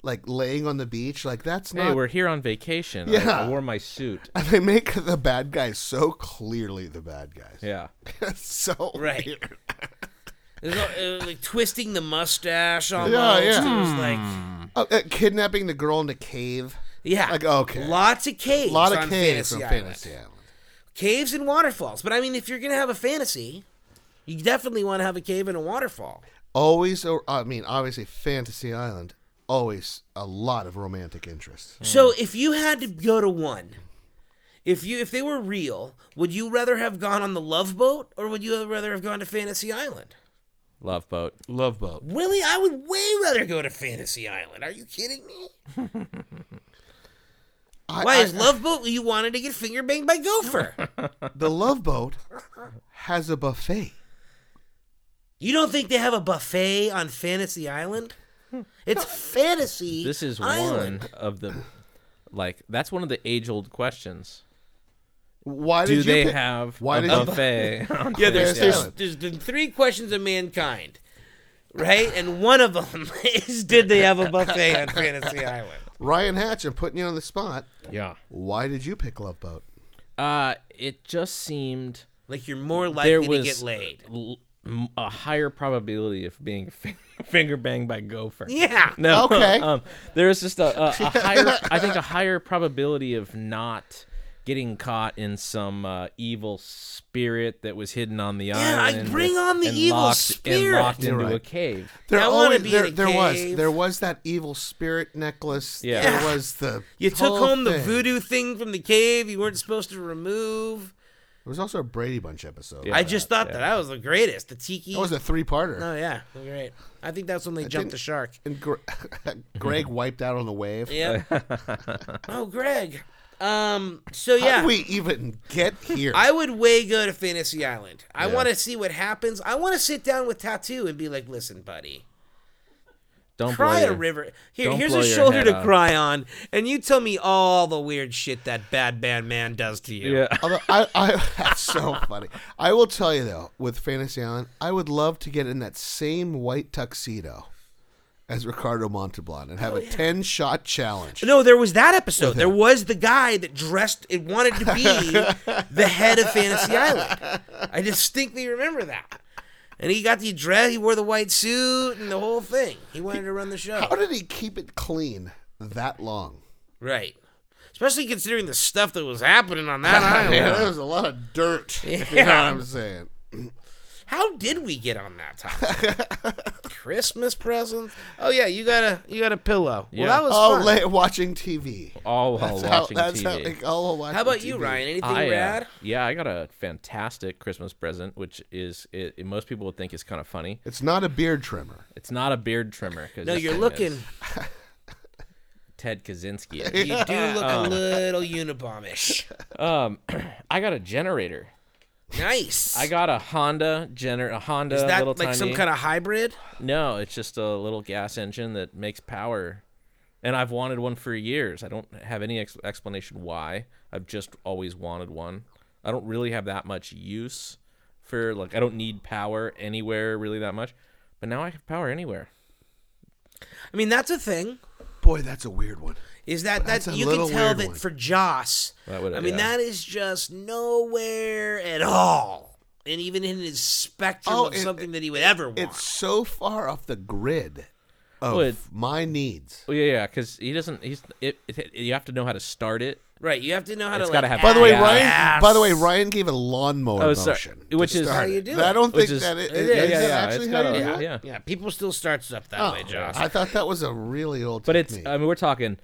S2: like laying on the beach, like that's
S3: Hey,
S2: not.
S3: we're here on vacation. I- I,
S2: Yeah.
S3: wore my suit.
S2: and they make the bad guys so clearly the bad guys.
S3: Yeah.
S2: It's so
S1: Right.
S2: weird.
S1: There's no- it was, like twisting the mustache almost.
S2: Yeah, yeah.
S1: It was like,
S2: Oh, uh, kidnapping the girl in the cave.
S1: yeah.
S2: Like, okay.
S1: Lots of caves.
S2: A lot of
S1: on
S2: caves
S1: Fantasy
S2: from
S1: Island.
S2: Fantasy Island.
S1: Caves and waterfalls. But I mean, if you're going to have a fantasy, you definitely want to have a cave and a waterfall.
S2: Always, or I mean, obviously, Fantasy Island. Always a lot of romantic interest.
S1: So if you had to go to one, if you if they were real, would you rather have gone on the love boat or would you rather have gone to Fantasy Island?
S3: Love boat.
S2: Love boat.
S1: Really, I would way rather go to Fantasy Island. Are you kidding me?
S2: I,
S1: Why
S2: I-
S1: is Love Boat? You wanted to get finger banged by Gopher.
S2: the Love Boat has a buffet?
S1: you don't think they have a buffet on Fantasy Island?
S2: Hmm.
S1: It's Fantasy.
S3: This is
S1: Island.
S3: one of the like that's one of the age old questions.
S2: Why did
S3: Do
S2: you
S3: they
S2: pick-
S3: have
S2: Why
S3: a
S2: did you?
S3: buffet? on
S1: Yeah, there's,
S2: Fantasy
S1: there's,
S2: Island.
S1: there's been three questions of mankind, right? And one of them is did they have a buffet on Fantasy Island?
S2: Ryan Hatch, I'm putting you on the spot.
S3: Yeah.
S2: Why did you pick Love Boat?
S3: Uh, it just seemed
S1: Like you're more
S3: there
S1: likely to
S3: was
S1: get laid.
S3: l- m- a higher probability of being fin- finger banged by gopher.
S1: Yeah.
S3: No.
S2: Okay.
S3: um, there is just a, a, a higher, I think, a higher probability of not getting caught in some uh, evil spirit that was hidden on the
S1: I
S3: island.
S1: bring on the
S3: and
S1: evil
S3: locked,
S1: spirit.
S3: And locked
S2: You're
S3: into a
S2: right.
S3: cave.
S2: There
S1: I wanna
S2: always,
S1: be in
S2: there,
S1: a
S2: there
S1: cave.
S2: was there was that evil spirit necklace.
S3: Yeah.
S2: There was the
S1: You took
S2: whole
S1: home the
S2: thing.
S1: voodoo thing from the cave you weren't supposed to remove.
S2: There was also a Brady Bunch episode.
S1: I just thought that that was the greatest. The tiki.
S2: That was a three parter.
S1: Oh yeah, they're great. I think that's when they jumped the shark.
S2: And Gre- Greg wiped out on the wave.
S1: Yeah. oh, Greg. Um. So
S2: How
S1: yeah,
S2: did we even get here?
S1: I would way go to Fantasy Island. I want to see what happens. I want to sit down with Tattoo and be like, "Listen, buddy,
S3: Don't
S1: cry
S3: blow
S1: a
S3: your-
S1: river. Here,
S3: don't
S1: here's
S3: blow
S1: a
S3: your
S1: shoulder
S3: head
S1: to
S3: off."
S1: cry on, and you tell me all the weird shit that bad bad man does to you."
S3: Yeah.
S2: Although I, I, that's so funny. I will tell you though, with Fantasy Island, I would love to get in that same white tuxedo, as Ricardo Montalban and have a 10 shot challenge.
S1: No, there was that episode.
S3: Mm-hmm.
S1: There was the guy that dressed and wanted to be the head of Fantasy Island. I distinctly remember that. And he got the dress, he wore the white suit and the whole thing. He wanted to run the show.
S2: How did he keep it clean that long?
S1: Right. Especially considering the stuff that was happening on that island.
S2: Man, there was a lot of dirt. if You know what
S1: Yeah.
S2: I'm saying?
S1: How did we get on that topic? Christmas presents? Oh yeah, you got a you got a pillow.
S3: Yeah.
S1: Well, that was
S2: Oh,
S1: fun.
S2: late watching TV.
S3: all while
S2: That's
S3: watching
S2: how, that's
S3: TV.
S2: How, like, all while watching
S1: How about you,
S2: TV.
S1: Ryan? Anything
S3: I, uh,
S1: rad?
S3: yeah, I got a fantastic Christmas present, which is it, it- most people would think is kind of funny.
S2: It's not a beard trimmer.
S3: It's not a beard trimmer. 'cause
S1: No,
S3: this
S1: you're
S3: thing
S1: looking.
S3: is Ted Kaczynski.
S1: You do look
S3: Uh,
S1: a little Unabombish.
S3: Um, I got a generator.
S1: Nice.
S3: I got a Honda gener a Honda
S1: Is that
S3: little
S1: like some
S3: tiny-
S1: kind of hybrid?
S3: No, it's just a little gas engine that makes power. And I've wanted one for years. I don't have any ex- explanation why. I've just always wanted one. I don't really have that much use for like I don't need power anywhere really that much. But now I have power anywhere.
S1: I mean, that's a thing.
S2: Boy, that's a weird one.
S1: Is that that
S2: That's a
S1: you can
S2: little
S1: tell
S2: weird
S1: that
S2: one.
S1: for Joss?
S3: That would-
S1: I mean,
S3: yeah.
S1: that is just nowhere at all, and even in his spectrum
S2: Oh,
S1: of
S2: it-
S1: something that he would ever want.
S2: It's so far off the grid of
S3: Well, it-
S2: my needs.
S3: Oh yeah, yeah, cuz he doesn't he's it, it you have to know how to start it.
S1: right, you have to know how
S3: It's
S1: to.
S3: gotta
S1: like,
S3: have
S2: By the way,
S3: Yeah.
S1: add
S2: Ryan.
S1: gas.
S2: By the way, Ryan gave a lawnmower
S3: Oh, sorry.
S2: motion,
S3: Which
S2: to
S3: is-
S2: start
S1: How you
S2: it.
S1: do
S2: I
S1: it.
S2: don't
S3: Which
S2: think
S3: is-
S2: that it,
S1: Yeah,
S2: is
S1: yeah,
S2: that
S1: yeah,
S2: actually
S3: it's
S2: how
S3: got
S2: you
S3: a-
S2: do it? Oh,
S3: yeah.
S1: Yeah, people still start stuff that way, Joss.
S2: I thought that was a really old.
S3: But it's uh,
S2: technique.
S3: I mean we're talking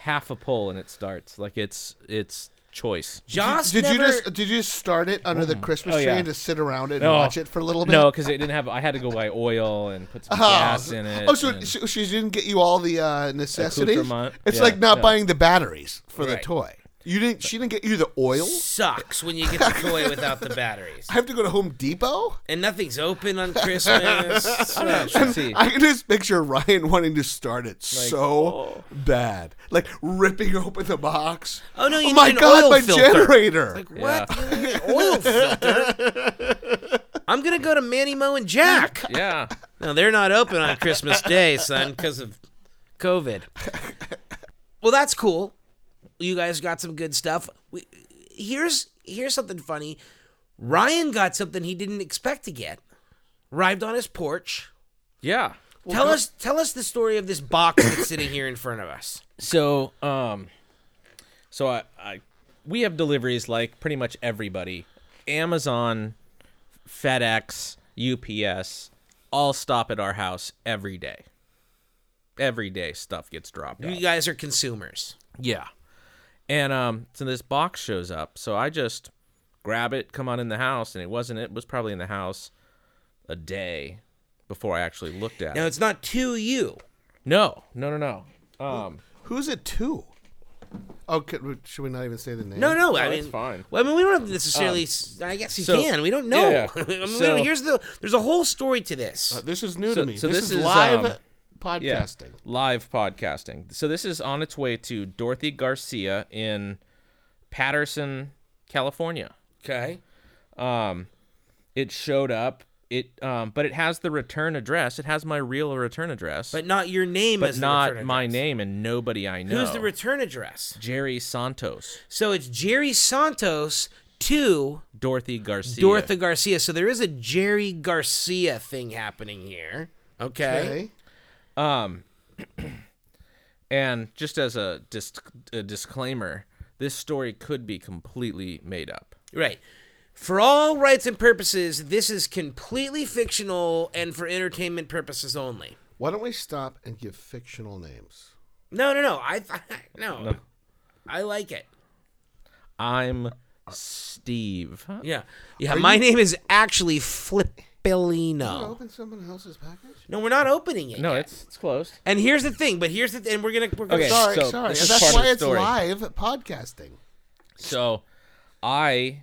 S3: half a pole and it starts. Like it's it's choice.
S1: Joss
S2: Did
S1: never.
S2: you just did you just start it under the Christmas
S3: Oh,
S2: tree
S3: yeah.
S2: and just sit around it and
S3: No.
S2: watch it for a little bit?
S3: No, because it didn't have. I had to go buy oil and put some
S2: Oh,
S3: gas in it.
S2: oh, so
S3: and-
S2: she, she didn't get you all the uh, necessities.
S3: Accoutrement.
S2: It's
S3: Yeah,
S2: like not
S3: yeah.
S2: buying the batteries for the
S1: Right.
S2: toy. You didn't. She didn't get you the oil.
S1: sucks when you get the toy without the batteries,
S2: I have to go to Home Depot.
S1: and nothing's open on Christmas. It's not-
S3: Let's see.
S2: I can just picture Ryan wanting to start it so
S3: oh.
S2: bad, like ripping open the box.
S1: Oh, no, you
S2: my
S1: need an
S2: god,
S1: oil
S2: my
S1: filter.
S2: generator!
S1: Like what? You need an Oil filter. I'm gonna go to Manny Mo and Jack.
S3: yeah,
S1: No, they're not open on Christmas Day, son, because of COVID. Well, that's cool. You guys got some good stuff. We, here's here's something funny. Ryan got something he didn't expect to get. Arrived on his porch.
S3: yeah.
S1: tell us tell us the story of this box that's sitting here in front of us.
S3: So, um, so I, I, we have deliveries like pretty much everybody. Amazon, FedEx, UPS, all stop at our house every day. Every day, stuff gets dropped. off.
S1: You guys are consumers.
S3: Yeah. And um, so this box shows up. So I just grab it, come on in the house, and it wasn't. It was probably in the house a day before I actually looked at
S1: Now
S3: it.
S1: it's not to you.
S3: No, no, no, no. Um,
S2: Who's it to? Oh, could, we- should we not even say the name?
S1: No, no. I
S3: No,
S1: mean,
S3: it's fine. Um,
S1: Well, I mean, we don't have to necessarily. s I I guess you
S3: so-
S1: can. We don't know.
S3: yeah, yeah.
S1: I mean, we
S3: So- Uh,
S1: don't- here's the. There's a whole story to this.
S2: This is new
S3: So-
S2: to me.
S3: so
S2: this,
S3: this
S2: is,
S3: is,
S2: live
S3: um, yeah,
S2: podcasting.
S3: live podcasting. So this is on its way to Dorothy Garcia in Patterson, California. Um,
S1: Okay.
S3: It showed up. It, um, but it has the return address. It has my real return address,
S1: But not your name
S3: but
S1: as the
S3: not
S1: return
S3: my
S1: address.
S3: name and nobody I know.
S1: Who's the return address?
S3: Jerry Santos,
S1: So it's Jerry Santos to
S3: Dorothy Garcia.
S1: Dorothy Garcia. So there is a Jerry Garcia thing happening here. Okay.
S2: Okay.
S3: Um, and just as a, dis- a disclaimer, this story could be completely made up.
S1: Right. For all rights and purposes, this is completely fictional and for entertainment purposes only.
S2: Why don't we stop and give fictional names?
S1: No, no, no. I no. no. I like it.
S3: I'm Steve.
S1: Yeah. Yeah. my name is actually Flippelino.
S2: Open someone else's package.
S1: No, we're not opening it.
S3: No,
S1: yet.
S3: it's it's closed.
S1: And here's the thing, but here's the th- and we're gonna we're gonna
S3: Okay.
S2: Sorry,
S3: so
S2: sorry.
S3: this is
S2: That's
S3: part of
S2: why
S3: the
S2: it's
S3: story.
S2: live podcasting.
S3: So I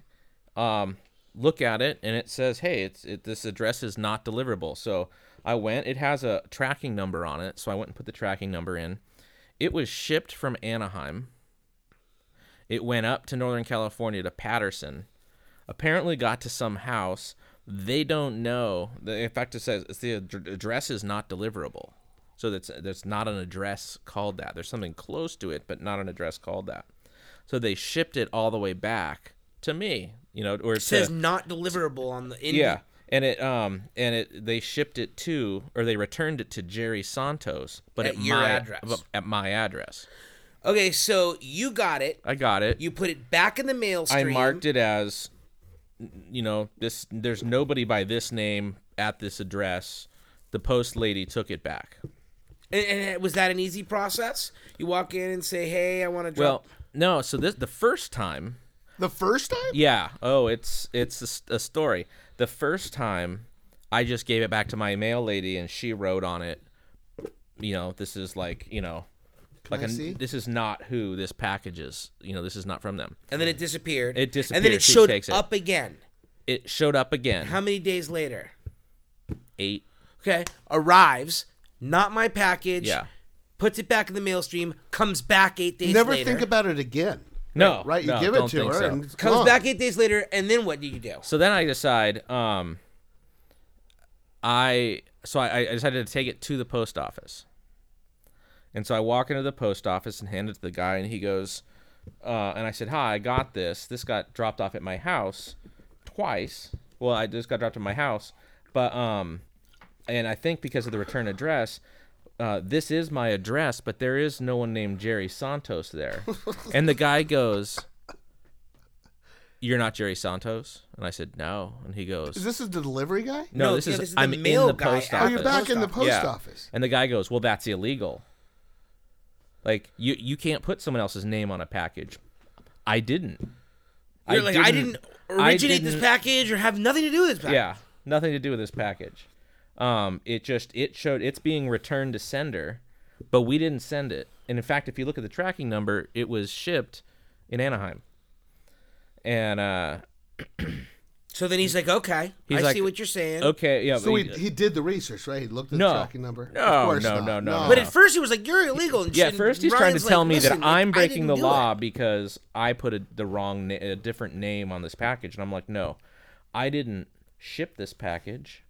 S3: um look at it and it says, "Hey, it's it, this address is not deliverable." So I went. It has a tracking number on it, so I went and put the tracking number in. It was shipped from Anaheim. It went up to Northern California to Patterson. Apparently got to some house. They don't know. The- In fact, it says it's the ad- address is not deliverable. So that's that's not an address called that. There's something close to it, but not an address called that. So they shipped it all the way back to me, you know, or it
S1: says not deliverable on the in
S3: yeah, and it um and it they shipped it to or they returned it to Jerry Santos, but
S1: At
S3: at,
S1: your
S3: my
S1: address.
S3: but at my address.
S1: Okay, so you got it.
S3: I got it.
S1: You put it back in the mail
S3: I
S1: stream.
S3: marked it as, you know, this. There's nobody by this name at this address. The post lady took it back.
S1: And, and was that an easy process? You walk in and say, "Hey, I want to drop."
S3: Well, no. So this the first time
S2: The first time?
S3: Yeah. Oh, it's it's a s- a, story. The first time, I just gave it back to my mail lady, and she wrote on it, you know, this is like, you know, like
S2: I
S3: a,
S2: see?
S3: this is not who this package is. You know, this is not from them.
S1: and then it disappeared.
S3: It
S1: And then
S3: disappeared.
S1: it
S3: She
S1: showed
S3: takes it.
S1: up again.
S3: It showed up again.
S1: How many days later?
S3: Eight.
S1: Okay, arrives. Not my package.
S3: Yeah.
S1: Puts it back in the mail stream. Comes back eight days
S2: Never
S1: later.
S2: think about it again.
S3: No.
S2: Right? You
S3: no,
S2: give it
S3: don't
S2: to
S3: think
S2: her
S3: so.
S2: and it's
S1: Comes
S2: gone.
S1: back eight days later, and then what do you do?
S3: So then I decide, um, I so I, I decided to take it to the post office, and so I walk into the post office and hand it to the guy, and he goes, uh, and I said, "Hi, I got this. This got dropped off at my house twice. Well, I just got dropped at my house, but um, and I think because of the return address." Uh, this is my address, but there is no one named Jerry Santos there. and the guy goes, "You're not Jerry Santos?" And I said, "No." And he goes,
S2: Is this a delivery guy?
S3: no,
S1: No,
S3: this,
S1: yeah,
S3: is,
S1: this is the
S3: I'm in
S1: mail
S3: the
S1: guy
S3: post
S1: at
S2: Oh,
S3: office.
S1: the
S2: you're back in the post
S3: Yeah.
S2: office.
S3: And the guy goes, "Well, that's illegal. Like you you can't put someone else's name on a package." I didn't.
S1: You're like, I didn't
S3: I
S1: originate this
S3: didn't-
S1: package or have nothing to do with this package.
S3: Yeah, nothing to do with this package. Um, it just it showed it's being returned to sender, but we didn't send it. And in fact, if you look at the tracking number, it was shipped in Anaheim. And uh,
S1: So then he's like, okay,
S3: He's
S1: I
S3: like,
S1: see what you're saying.
S3: okay, yeah.
S2: So
S3: we-
S2: he, he did the research, right? He looked at
S3: No.
S2: the tracking number.
S3: No,
S2: of course
S3: no,
S2: not.
S3: no, no,
S1: But
S3: no.
S1: at first he was like, you're illegal. And
S3: Yeah,
S1: shit,
S3: at first he's
S1: and
S3: trying to
S1: Ryan's
S3: tell
S1: like,
S3: me that
S1: "Listen, like,
S3: I'm
S1: I
S3: breaking
S1: didn't
S3: the
S1: do
S3: law
S1: it."
S3: because I put a, the wrong, na- a different name on this package, and I'm like, no, I didn't ship this package.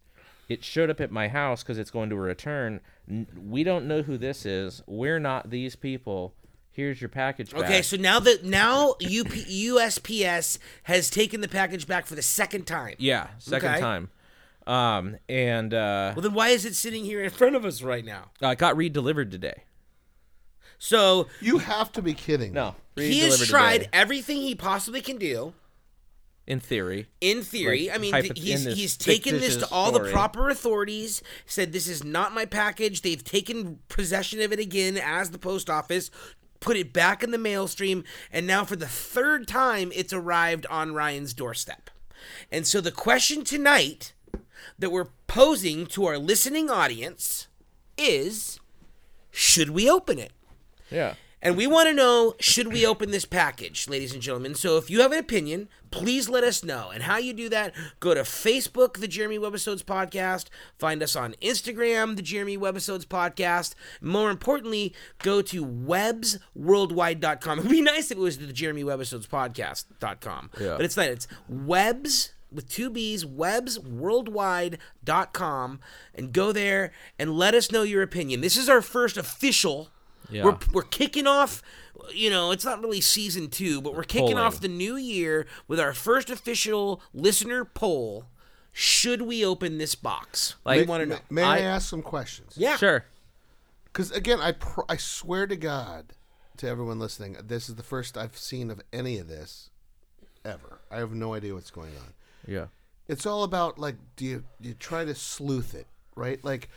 S3: It showed up at my house because it's going to a return. N- We don't know who this is. We're not these people. Here's your package. Back.
S1: Okay, so now that now UP, USPS has taken the package back for the second time.
S3: yeah, second
S1: Okay.
S3: time. Um, and uh,
S1: Well, then why is it sitting here in front of us right now?
S3: uh, it got re-delivered today.
S1: So
S2: You have to be kidding. me.
S3: No,
S1: he has
S3: re-delivered
S1: tried
S3: today,
S1: everything he possibly can do.
S3: in theory.
S1: In theory,
S3: Like,
S1: I mean,
S3: hypo-
S1: th- he's
S3: in this
S1: he's taken this to
S3: fictitious
S1: all the
S3: story.
S1: proper authorities. Said this is not my package. They've taken possession of it again as the post office, put it back in the mail stream, and now for the third time, it's arrived on Ryan's doorstep. And so the question tonight that we're posing to our listening audience is: Should we open it?
S3: Yeah.
S1: And we want to know should we open this package, ladies and gentlemen? So if you have an opinion, please let us know. And how you do that, go to Facebook, the Jeremy Webisodes Podcast. Find us on Instagram, the Jeremy Webisodes Podcast. More importantly, go to websworldwide.com. It'd be nice if it was the Jeremy Webisodes Podcast.com.
S3: Yeah.
S1: But it's not, it's webs with two B's, websworldwide.com. And go there and let us know your opinion. This is our first official.
S3: Yeah.
S1: We're, we're kicking off, you know, it's not really season two, but we're kicking
S3: Polling.
S1: off the new year with our first official listener poll. Should we open this box? Like, we
S3: Like-
S1: want to know.
S2: May I,
S3: I-
S2: ask some questions?
S1: Yeah.
S3: Sure.
S2: Because again, I pr- I swear to God, to everyone listening, this is the first I've seen of any of this ever. I have no idea what's going on.
S3: Yeah.
S2: It's all about like, do you you try to sleuth it, right? Like,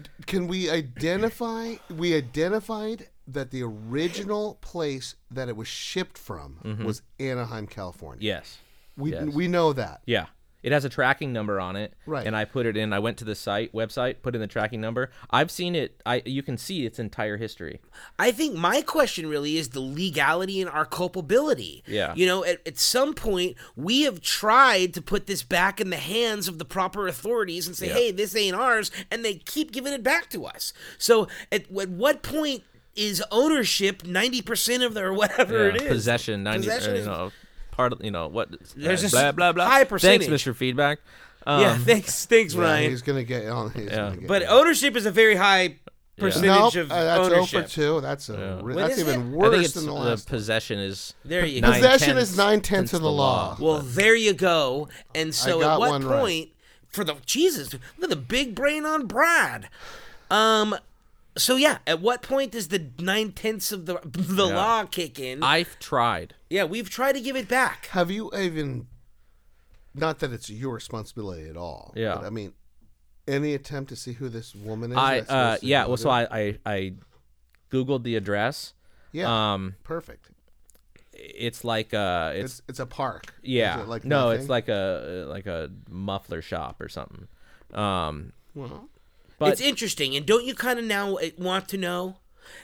S2: d- can we identify? We identified that the original place that it was shipped from was Anaheim, California.
S3: Yes.
S2: we
S3: Mm-hmm. yes.
S2: we know that.
S3: Yeah. It has a tracking number on it.
S2: Right.
S3: And I put it in. I went to the site website, put in the tracking number. I've seen it. I you can see its entire history.
S1: I think my question really is the legality and our culpability.
S3: Yeah.
S1: You know, at, at some point, we have tried to put this back in the hands of the proper authorities and say, hey, this ain't ours, and they keep giving it back to us. So at, at what point is ownership 90% of their whatever it
S3: Yeah.
S1: is?
S3: Possession. Ninety.
S1: Possession
S3: or,
S1: is-
S3: you know, part of you know what. uh,
S1: There's a s-
S3: blah blah blah.
S1: high
S3: Thanks,
S1: percentage.
S3: Mr. Feedback. Um,
S1: yeah, thanks, thanks,
S2: Yeah,
S1: Ryan.
S2: oh, he's gonna get on. He's gonna get
S1: But ownership is a very high percentage
S2: Nope,
S1: of
S2: uh, that's
S1: ownership.
S2: over two. That's a,
S3: Yeah.
S2: ri-
S1: What
S2: that's
S1: is
S2: even
S3: I think
S2: worse
S3: it's
S2: than the
S3: the
S2: last.
S3: possession is
S1: There you go.
S3: nine
S2: Possession
S3: tenths-
S2: is nine-tenths of the law.
S1: Well, there you go. And so
S2: got
S1: at what
S2: one
S1: point
S2: right.
S1: for the Jesus, look at the big brain on Brad. Um so yeah, at what point does the nine tenths of the the
S3: Yeah.
S1: law kick in?
S3: I've tried.
S1: yeah, we've tried to give it back.
S2: Have you even? Not that it's your responsibility at all.
S3: Yeah.
S2: But I mean, any attempt to see who this woman is?
S3: I
S2: that's
S3: uh
S2: supposed to
S3: yeah.
S2: do
S3: Well, so
S2: it?
S3: I I, I googled the address.
S2: yeah.
S3: Um,
S2: perfect.
S3: it's like uh, it's,
S2: It's it's a park. Is
S3: yeah.
S2: it like
S3: no, it's
S2: nothing?
S3: like a uh, like a muffler shop or something. Um,
S2: Well,
S3: but
S1: it's interesting, and don't you kind of now uh, want to know?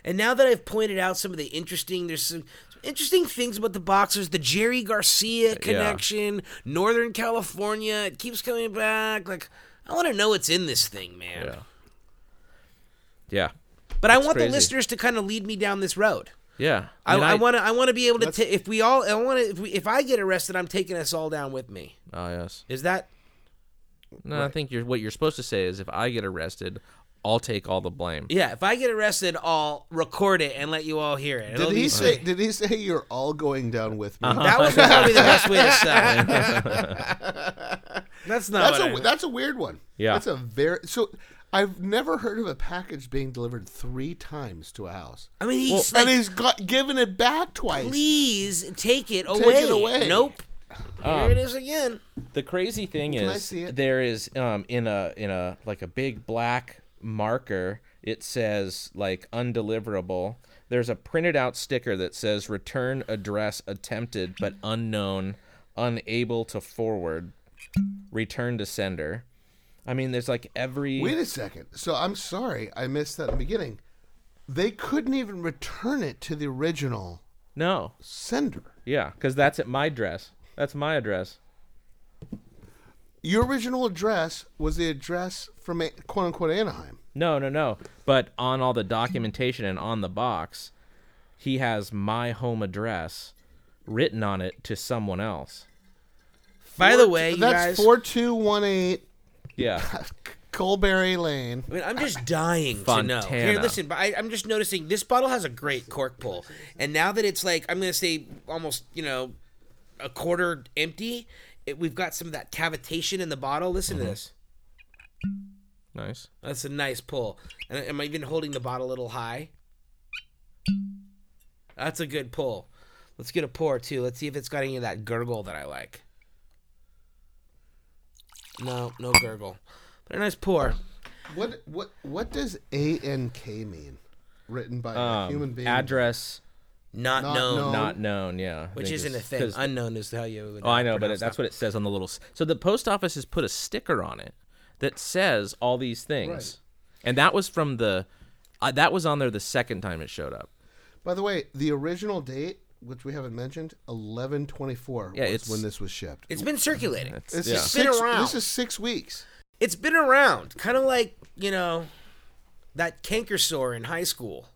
S1: And now that I've pointed out some of the interesting, there's some, some interesting things about the boxers, the Jerry Garcia connection, Northern California, it keeps coming back. Like, I want to know what's in this thing, man.
S3: yeah, yeah,
S1: But I want
S3: crazy.
S1: the listeners to kind of lead me down this road.
S3: yeah.
S1: I
S3: mean,
S1: I want to. I want to be able to. ta if we all, I want to. If, we, if I get arrested, I'm taking us all down with me.
S3: Oh yes.
S1: Is that?
S3: No, I think you're what you're supposed to say is if I get arrested, I'll take all the blame.
S1: Yeah. If I get arrested, I'll record it and let you all hear it. It'll
S2: did
S1: be
S2: he say?
S1: great.
S2: Did he say you're all going down with me?
S1: That was probably the best way to sell it. That's not.
S2: That's
S1: what I-
S2: a that's a weird one.
S3: Yeah.
S2: that's a very so. I've never heard of a package being delivered three times to a house,
S1: I mean, he's
S2: and
S1: like,
S2: he's got, given it back twice.
S1: please take it away.
S2: it away.
S1: Nope. Here it is again.
S3: The crazy thing
S2: Can I
S3: is
S2: see it?
S3: there is um in a in a like a big black marker it says like undeliverable. There's a printed out sticker that says return address attempted but unknown, unable to forward, return to sender. I mean there's like every
S2: Wait a second. So I'm sorry, I missed that in the beginning. They couldn't even return it to the original
S3: No.
S2: sender.
S3: Yeah, cuz that's at my address. That's my address.
S2: Your original address was the address from a, quote unquote Anaheim.
S3: No, no, no. But on all the documentation and on the box, he has my home address written on it to someone else.
S1: By the way, you
S2: that's
S1: guys.
S2: four two one eight
S3: Yeah.
S2: Colberry Lane.
S1: I mean, I'm just dying to know. Here,
S3: Fontana.
S1: listen, but I, I'm just noticing this bottle has a great cork pull, and now that it's like I'm gonna say almost you know a quarter empty, it, we've got some of that cavitation in the bottle. Listen to this.
S3: nice.
S1: That's a nice pull. And I- am I even holding the bottle a little high? That's a good pull. Let's get a pour too. Let's see if it's got any of that gurgle that I like. No, no gurgle, but a nice pour.
S2: What what what does A N K mean? Written by a
S3: Um,
S2: human being.
S3: Address
S1: Not,
S2: Not
S1: known.
S2: known.
S3: not known. Yeah. I
S1: Which
S3: think
S1: isn't a
S3: it's-
S1: thing.
S3: 'cause-
S1: Unknown is how you. Would
S3: oh, I know, but
S1: pronounce
S3: it, that's what it says on the little. s- So the post office has put a sticker on it that says all these things, and that was from the. Uh, that was on there the second time it showed up.
S2: By the way, the original date, which we haven't mentioned, eleven twenty four.
S3: Yeah,
S2: was
S3: it's-
S2: when this was shipped.
S1: It's been circulating. It's,
S2: This
S3: yeah.
S2: is
S1: Been
S2: six,
S1: around.
S2: This is six weeks.
S1: it's been around, kind of like you know, that canker sore in high school.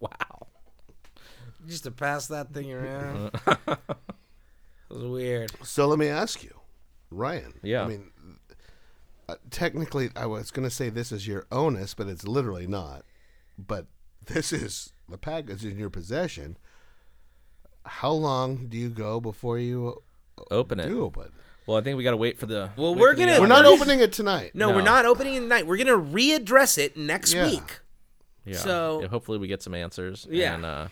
S3: Wow.
S1: Just to pass that thing around. it was weird.
S2: So let me ask you, Ryan.
S3: Yeah.
S2: I mean, uh, technically, I was going to say this is your onus, but it's literally not. But this is the package in your possession. How long do you go before you
S3: Open it.
S2: do open?
S3: Well, I think we gotta wait for the.
S1: Well,
S3: wait
S1: we're
S3: for the
S1: gonna-
S3: audio.
S2: We're not opening it tonight.
S1: No,
S3: No.
S1: we're not opening it tonight. We're gonna readdress it next
S2: Yeah.
S1: week.
S3: Yeah.
S1: So-
S3: Yeah, hopefully we get some answers.
S1: Yeah.
S3: And, uh,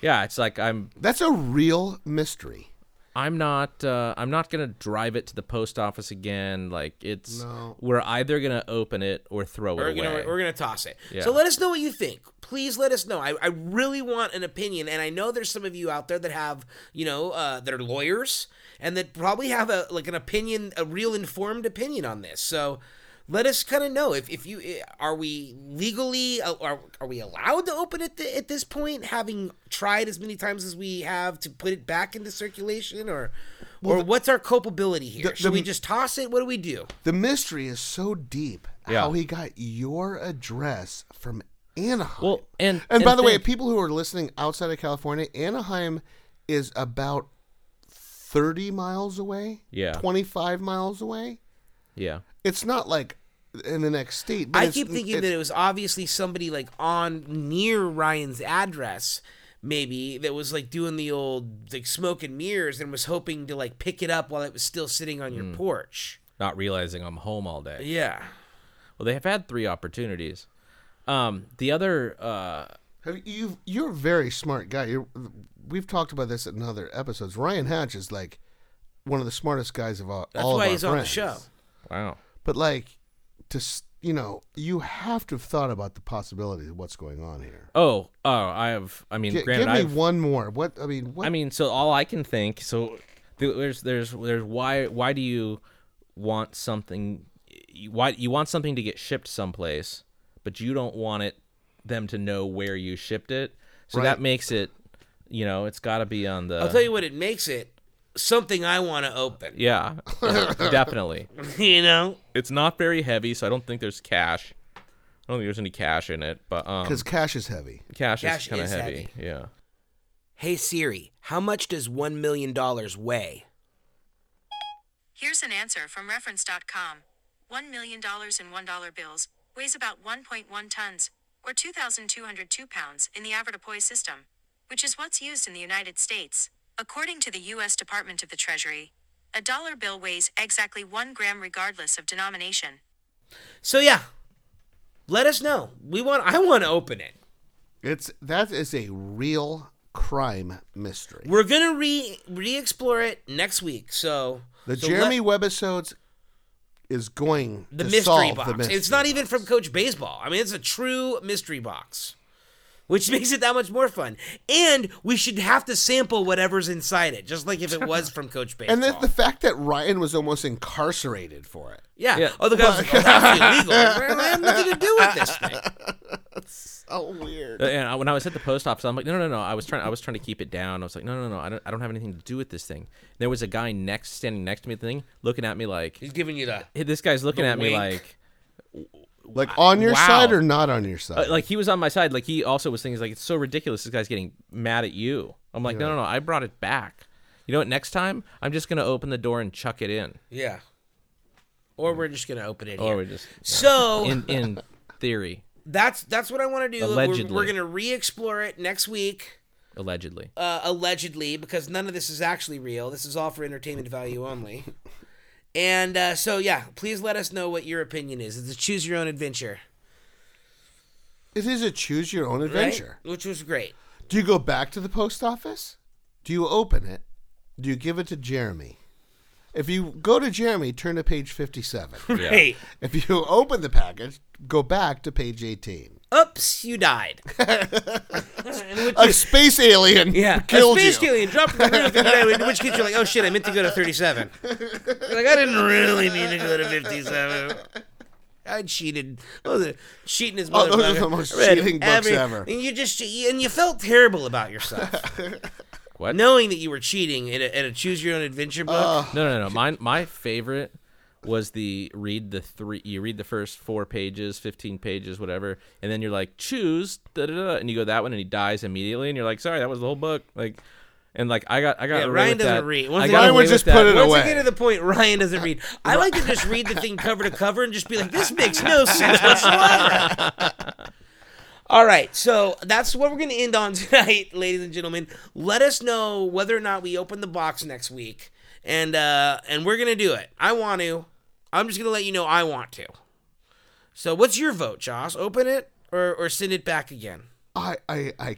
S3: yeah. It's like I'm
S2: That's a real mystery.
S3: I'm not uh, I'm not gonna drive it to the post office again. Like it's
S2: No.
S3: we're either gonna open it or throw
S1: We're
S3: it away.
S1: gonna we're gonna toss it.
S3: Yeah.
S1: So let us know what you think. Please let us know. I, I really want an opinion, and I know there's some of you out there that have you know uh, that are lawyers and that probably have a like an opinion, a real informed opinion on this. So let us kind of know if if you eh, are we legally uh, are are we allowed to open it th- at this point, having tried as many times as we have to put it back into circulation, or or what's our culpability here?
S2: the-
S1: Should we
S2: the-
S1: just toss it? What do we do?
S2: The mystery is so deep.
S3: Yeah.
S2: How he got your address from Anaheim.
S3: Well, and-
S2: and by
S3: and
S2: the way,
S3: think-
S2: people who are listening outside of California, Anaheim is about thirty miles away.
S3: Yeah.
S2: twenty five miles away.
S3: yeah.
S2: It's not like in the next state. but
S1: I
S2: it's-
S1: keep thinking
S2: it's-
S1: that it was obviously somebody like on near Ryan's address, maybe that was like doing the old like smoke and mirrors and was hoping to like pick it up while it was still sitting on your
S2: Hmm.
S1: porch.
S3: not realizing I'm home all day.
S1: Yeah.
S3: Well, they have had three opportunities. Um, the other, uh,
S2: Have you you're a very smart guy. You're, we've talked about this in other episodes. Ryan Hatch is like one of the smartest guys of all.
S1: That's
S2: all of
S1: why
S2: our
S1: he's on the
S2: friends.
S1: show.
S3: wow,
S2: But like, to s- you know, you have to have thought about the possibility of what's going on here.
S3: oh, oh, I have. I mean,
S2: Gi-
S3: granted,
S2: give me
S3: I've,
S2: one more. What I mean, what
S3: I mean, so all I can think, so th- there's, there's, there's why, why do you want something? You, why you want something to get shipped someplace, but you don't want it them to know where you shipped it. So
S2: Right.
S3: that makes it, you know, it's got to be on the.
S1: I'll
S2: Uh-huh.
S1: tell you what it makes it something I want to open.
S3: yeah, definitely.
S1: you know?
S3: It's not very heavy, so I don't think there's cash. I don't think there's any cash in it, but um,
S2: because cash is heavy.
S3: cash,
S1: Cash
S3: is kind of
S1: is
S3: heavy. Yeah.
S5: Hey Siri, how much does $1 million weigh?
S4: Here's an answer from reference.com. $1 million in $1 bills weighs about 1.1 tons, or 2,202 pounds, in the avoirdupois system, which is what's used in the United States. According to the U.S. Department of the Treasury, a dollar bill weighs exactly one gram regardless of denomination.
S1: So yeah. Let us know. We want I want to open it.
S2: It's that is a real crime mystery.
S1: We're gonna re re explore it next week. So
S2: the
S1: so
S2: Jeremy
S1: let-
S2: webisodes is going
S1: the
S2: to
S1: mystery
S2: solve
S1: box.
S2: The mystery
S1: it's not even
S2: box.
S1: from Coach Baseball. I mean, it's a true mystery box, which makes it that much more fun. And we should have to sample whatever's inside it, just like if it was from Coach Baseball.
S2: And then the fact that Ryan was almost incarcerated for it.
S1: yeah.
S3: Yeah.
S1: Oh, the guy was like, oh, that's illegal. I have nothing to do with this thing.
S2: So weird.
S3: Uh, And I, when I was at the post office, I'm like, no, no, no. I was trying, I was trying to keep it down. I was like, no, no, no. I don't, I don't have anything to do with this thing. there was a guy next, standing next to me, at the thing, looking at me like,
S1: He's giving you the.
S3: hey, this guy's looking
S1: The
S3: at me
S1: wink.
S3: like,
S2: Like on your
S3: Wow.
S2: side or not on your
S3: uh,
S2: side?
S3: like he was on my side. Like he also was thinking, he's like, it's so ridiculous. This guy's getting mad at you. I'm like, no, no, no. I brought it back. You know what? Next time, I'm just gonna open the door and chuck it in.
S1: Yeah. Or we're just gonna open it.
S3: Or
S1: here.
S3: we just
S1: so
S3: in in theory,
S1: that's that's what I want to do. We're-
S3: Allegedly.
S1: we're gonna re-explore it next week.
S3: allegedly.
S1: uh, allegedly, because none of this is actually real. This is all for entertainment value only. And uh, so, yeah, please let us know what your opinion is. It's a choose your own adventure,
S2: it is a choose your own
S1: right?
S2: adventure.
S1: Which was great.
S2: Do you go back to the post office? Do you open it? Do you give it to Jeremy? If you go to Jeremy, turn to page 57.
S3: Yeah.
S1: Hey,
S2: if you open the package, go back to page 18.
S1: oops, you died.
S2: A space alien
S1: Yeah,
S2: killed
S1: a space
S2: you.
S1: alien dropped from the roof, and died, in which case you're like, oh shit, I meant to go to 37. You're like I didn't really mean to go to 57. I cheated. Oh, the- cheating is
S2: Oh, those are the most cheating books ever.
S1: And you just and you felt terrible about yourself.
S3: What?
S1: knowing that you were cheating in a, in a choose your own adventure book.
S2: Oh,
S3: No, no, no. Mine, my favorite was the read the three. You read the first four pages, fifteen pages, whatever, and then you're like, choose, da da da, and you go that one, and he dies immediately, and you're like, sorry, that was the whole book, like, and like I got, I got.
S1: yeah,
S3: away
S1: Ryan
S3: with
S1: doesn't
S3: that.
S1: read.
S3: I
S1: Once,
S3: got
S2: Ryan would
S3: away with
S2: just
S3: that.
S2: put it
S3: What-
S1: once
S2: away.
S1: I get to the point, Ryan doesn't read. I like to just read the thing cover to cover and just be like, this makes no sense whatsoever. All right, so that's what we're going to end on tonight, ladies and gentlemen. Let us know whether or not we open the box next week, and uh, and we're going to do it. I want to. I'm just going to let you know I want to. So, what's your vote, Josh? Open it or or send it back again?
S2: I, I, I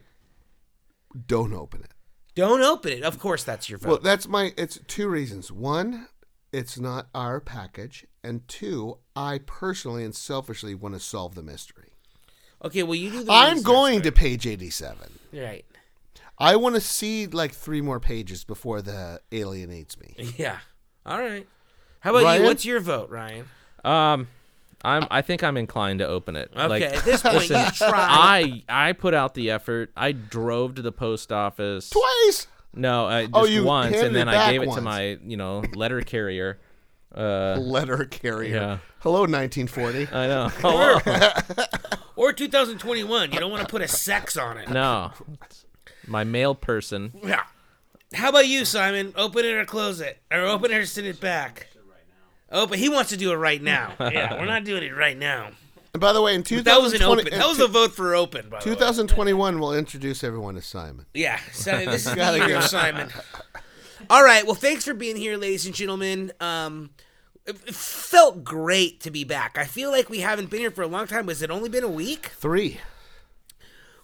S2: don't open it.
S1: Don't open it. Of course, that's your vote.
S2: Well, that's my. It's two reasons. One, it's not our package, and two, I personally and selfishly want to solve the mystery.
S1: okay, well you do. The
S2: I'm
S1: research,
S2: going
S1: right?
S2: to page eighty-seven.
S1: Right.
S2: I want to see like three more pages before the alienates me.
S1: Yeah. All right. How about
S2: Ryan?
S1: you? What's your vote, Ryan?
S3: Um, I'm. I think I'm inclined to open it.
S1: Okay.
S3: Like,
S1: at this point, you try.
S3: I I put out the effort. I drove to the post office.
S2: Twice.
S3: No, I just
S2: Oh, you
S3: once,
S2: handed
S3: and then
S2: it
S3: I
S2: back
S3: gave it to
S2: once.
S3: my, you know, letter carrier. Uh,
S2: Letter carrier.
S3: Yeah.
S2: Hello, 1940.
S3: I know.
S1: or 2021. You don't want to put a sex on it.
S3: No. My male person.
S1: Yeah. How about you, Simon? Open it or close it, or open it or send it back. Oh, but he wants to do it right now. yeah, we're not doing it right now.
S2: And by the way, in
S1: That was an
S2: 2020,
S1: open.
S2: in
S1: That was
S2: two-
S1: a vote for open. By the way.
S2: 2021, we'll introduce everyone to Simon.
S1: Yeah, Simon, this is the
S2: Gotta
S1: year
S2: go.
S1: of Simon. All right, well, thanks for being here, ladies and gentlemen. Um, it, it felt great to be back. I feel like we haven't been here for a long time. Has it only been a week?
S2: Three.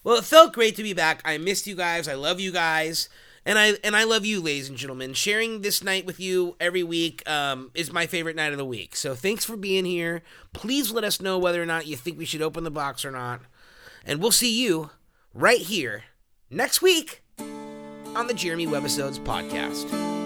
S1: Well, it felt great to be back. I missed you guys. I love you guys. And I and I love you, ladies and gentlemen. Sharing this night with you every week um, is my favorite night of the week. So thanks for being here. Please let us know whether or not you think we should open the box or not. And we'll see you right here next week on the Jeremy Webisodes podcast.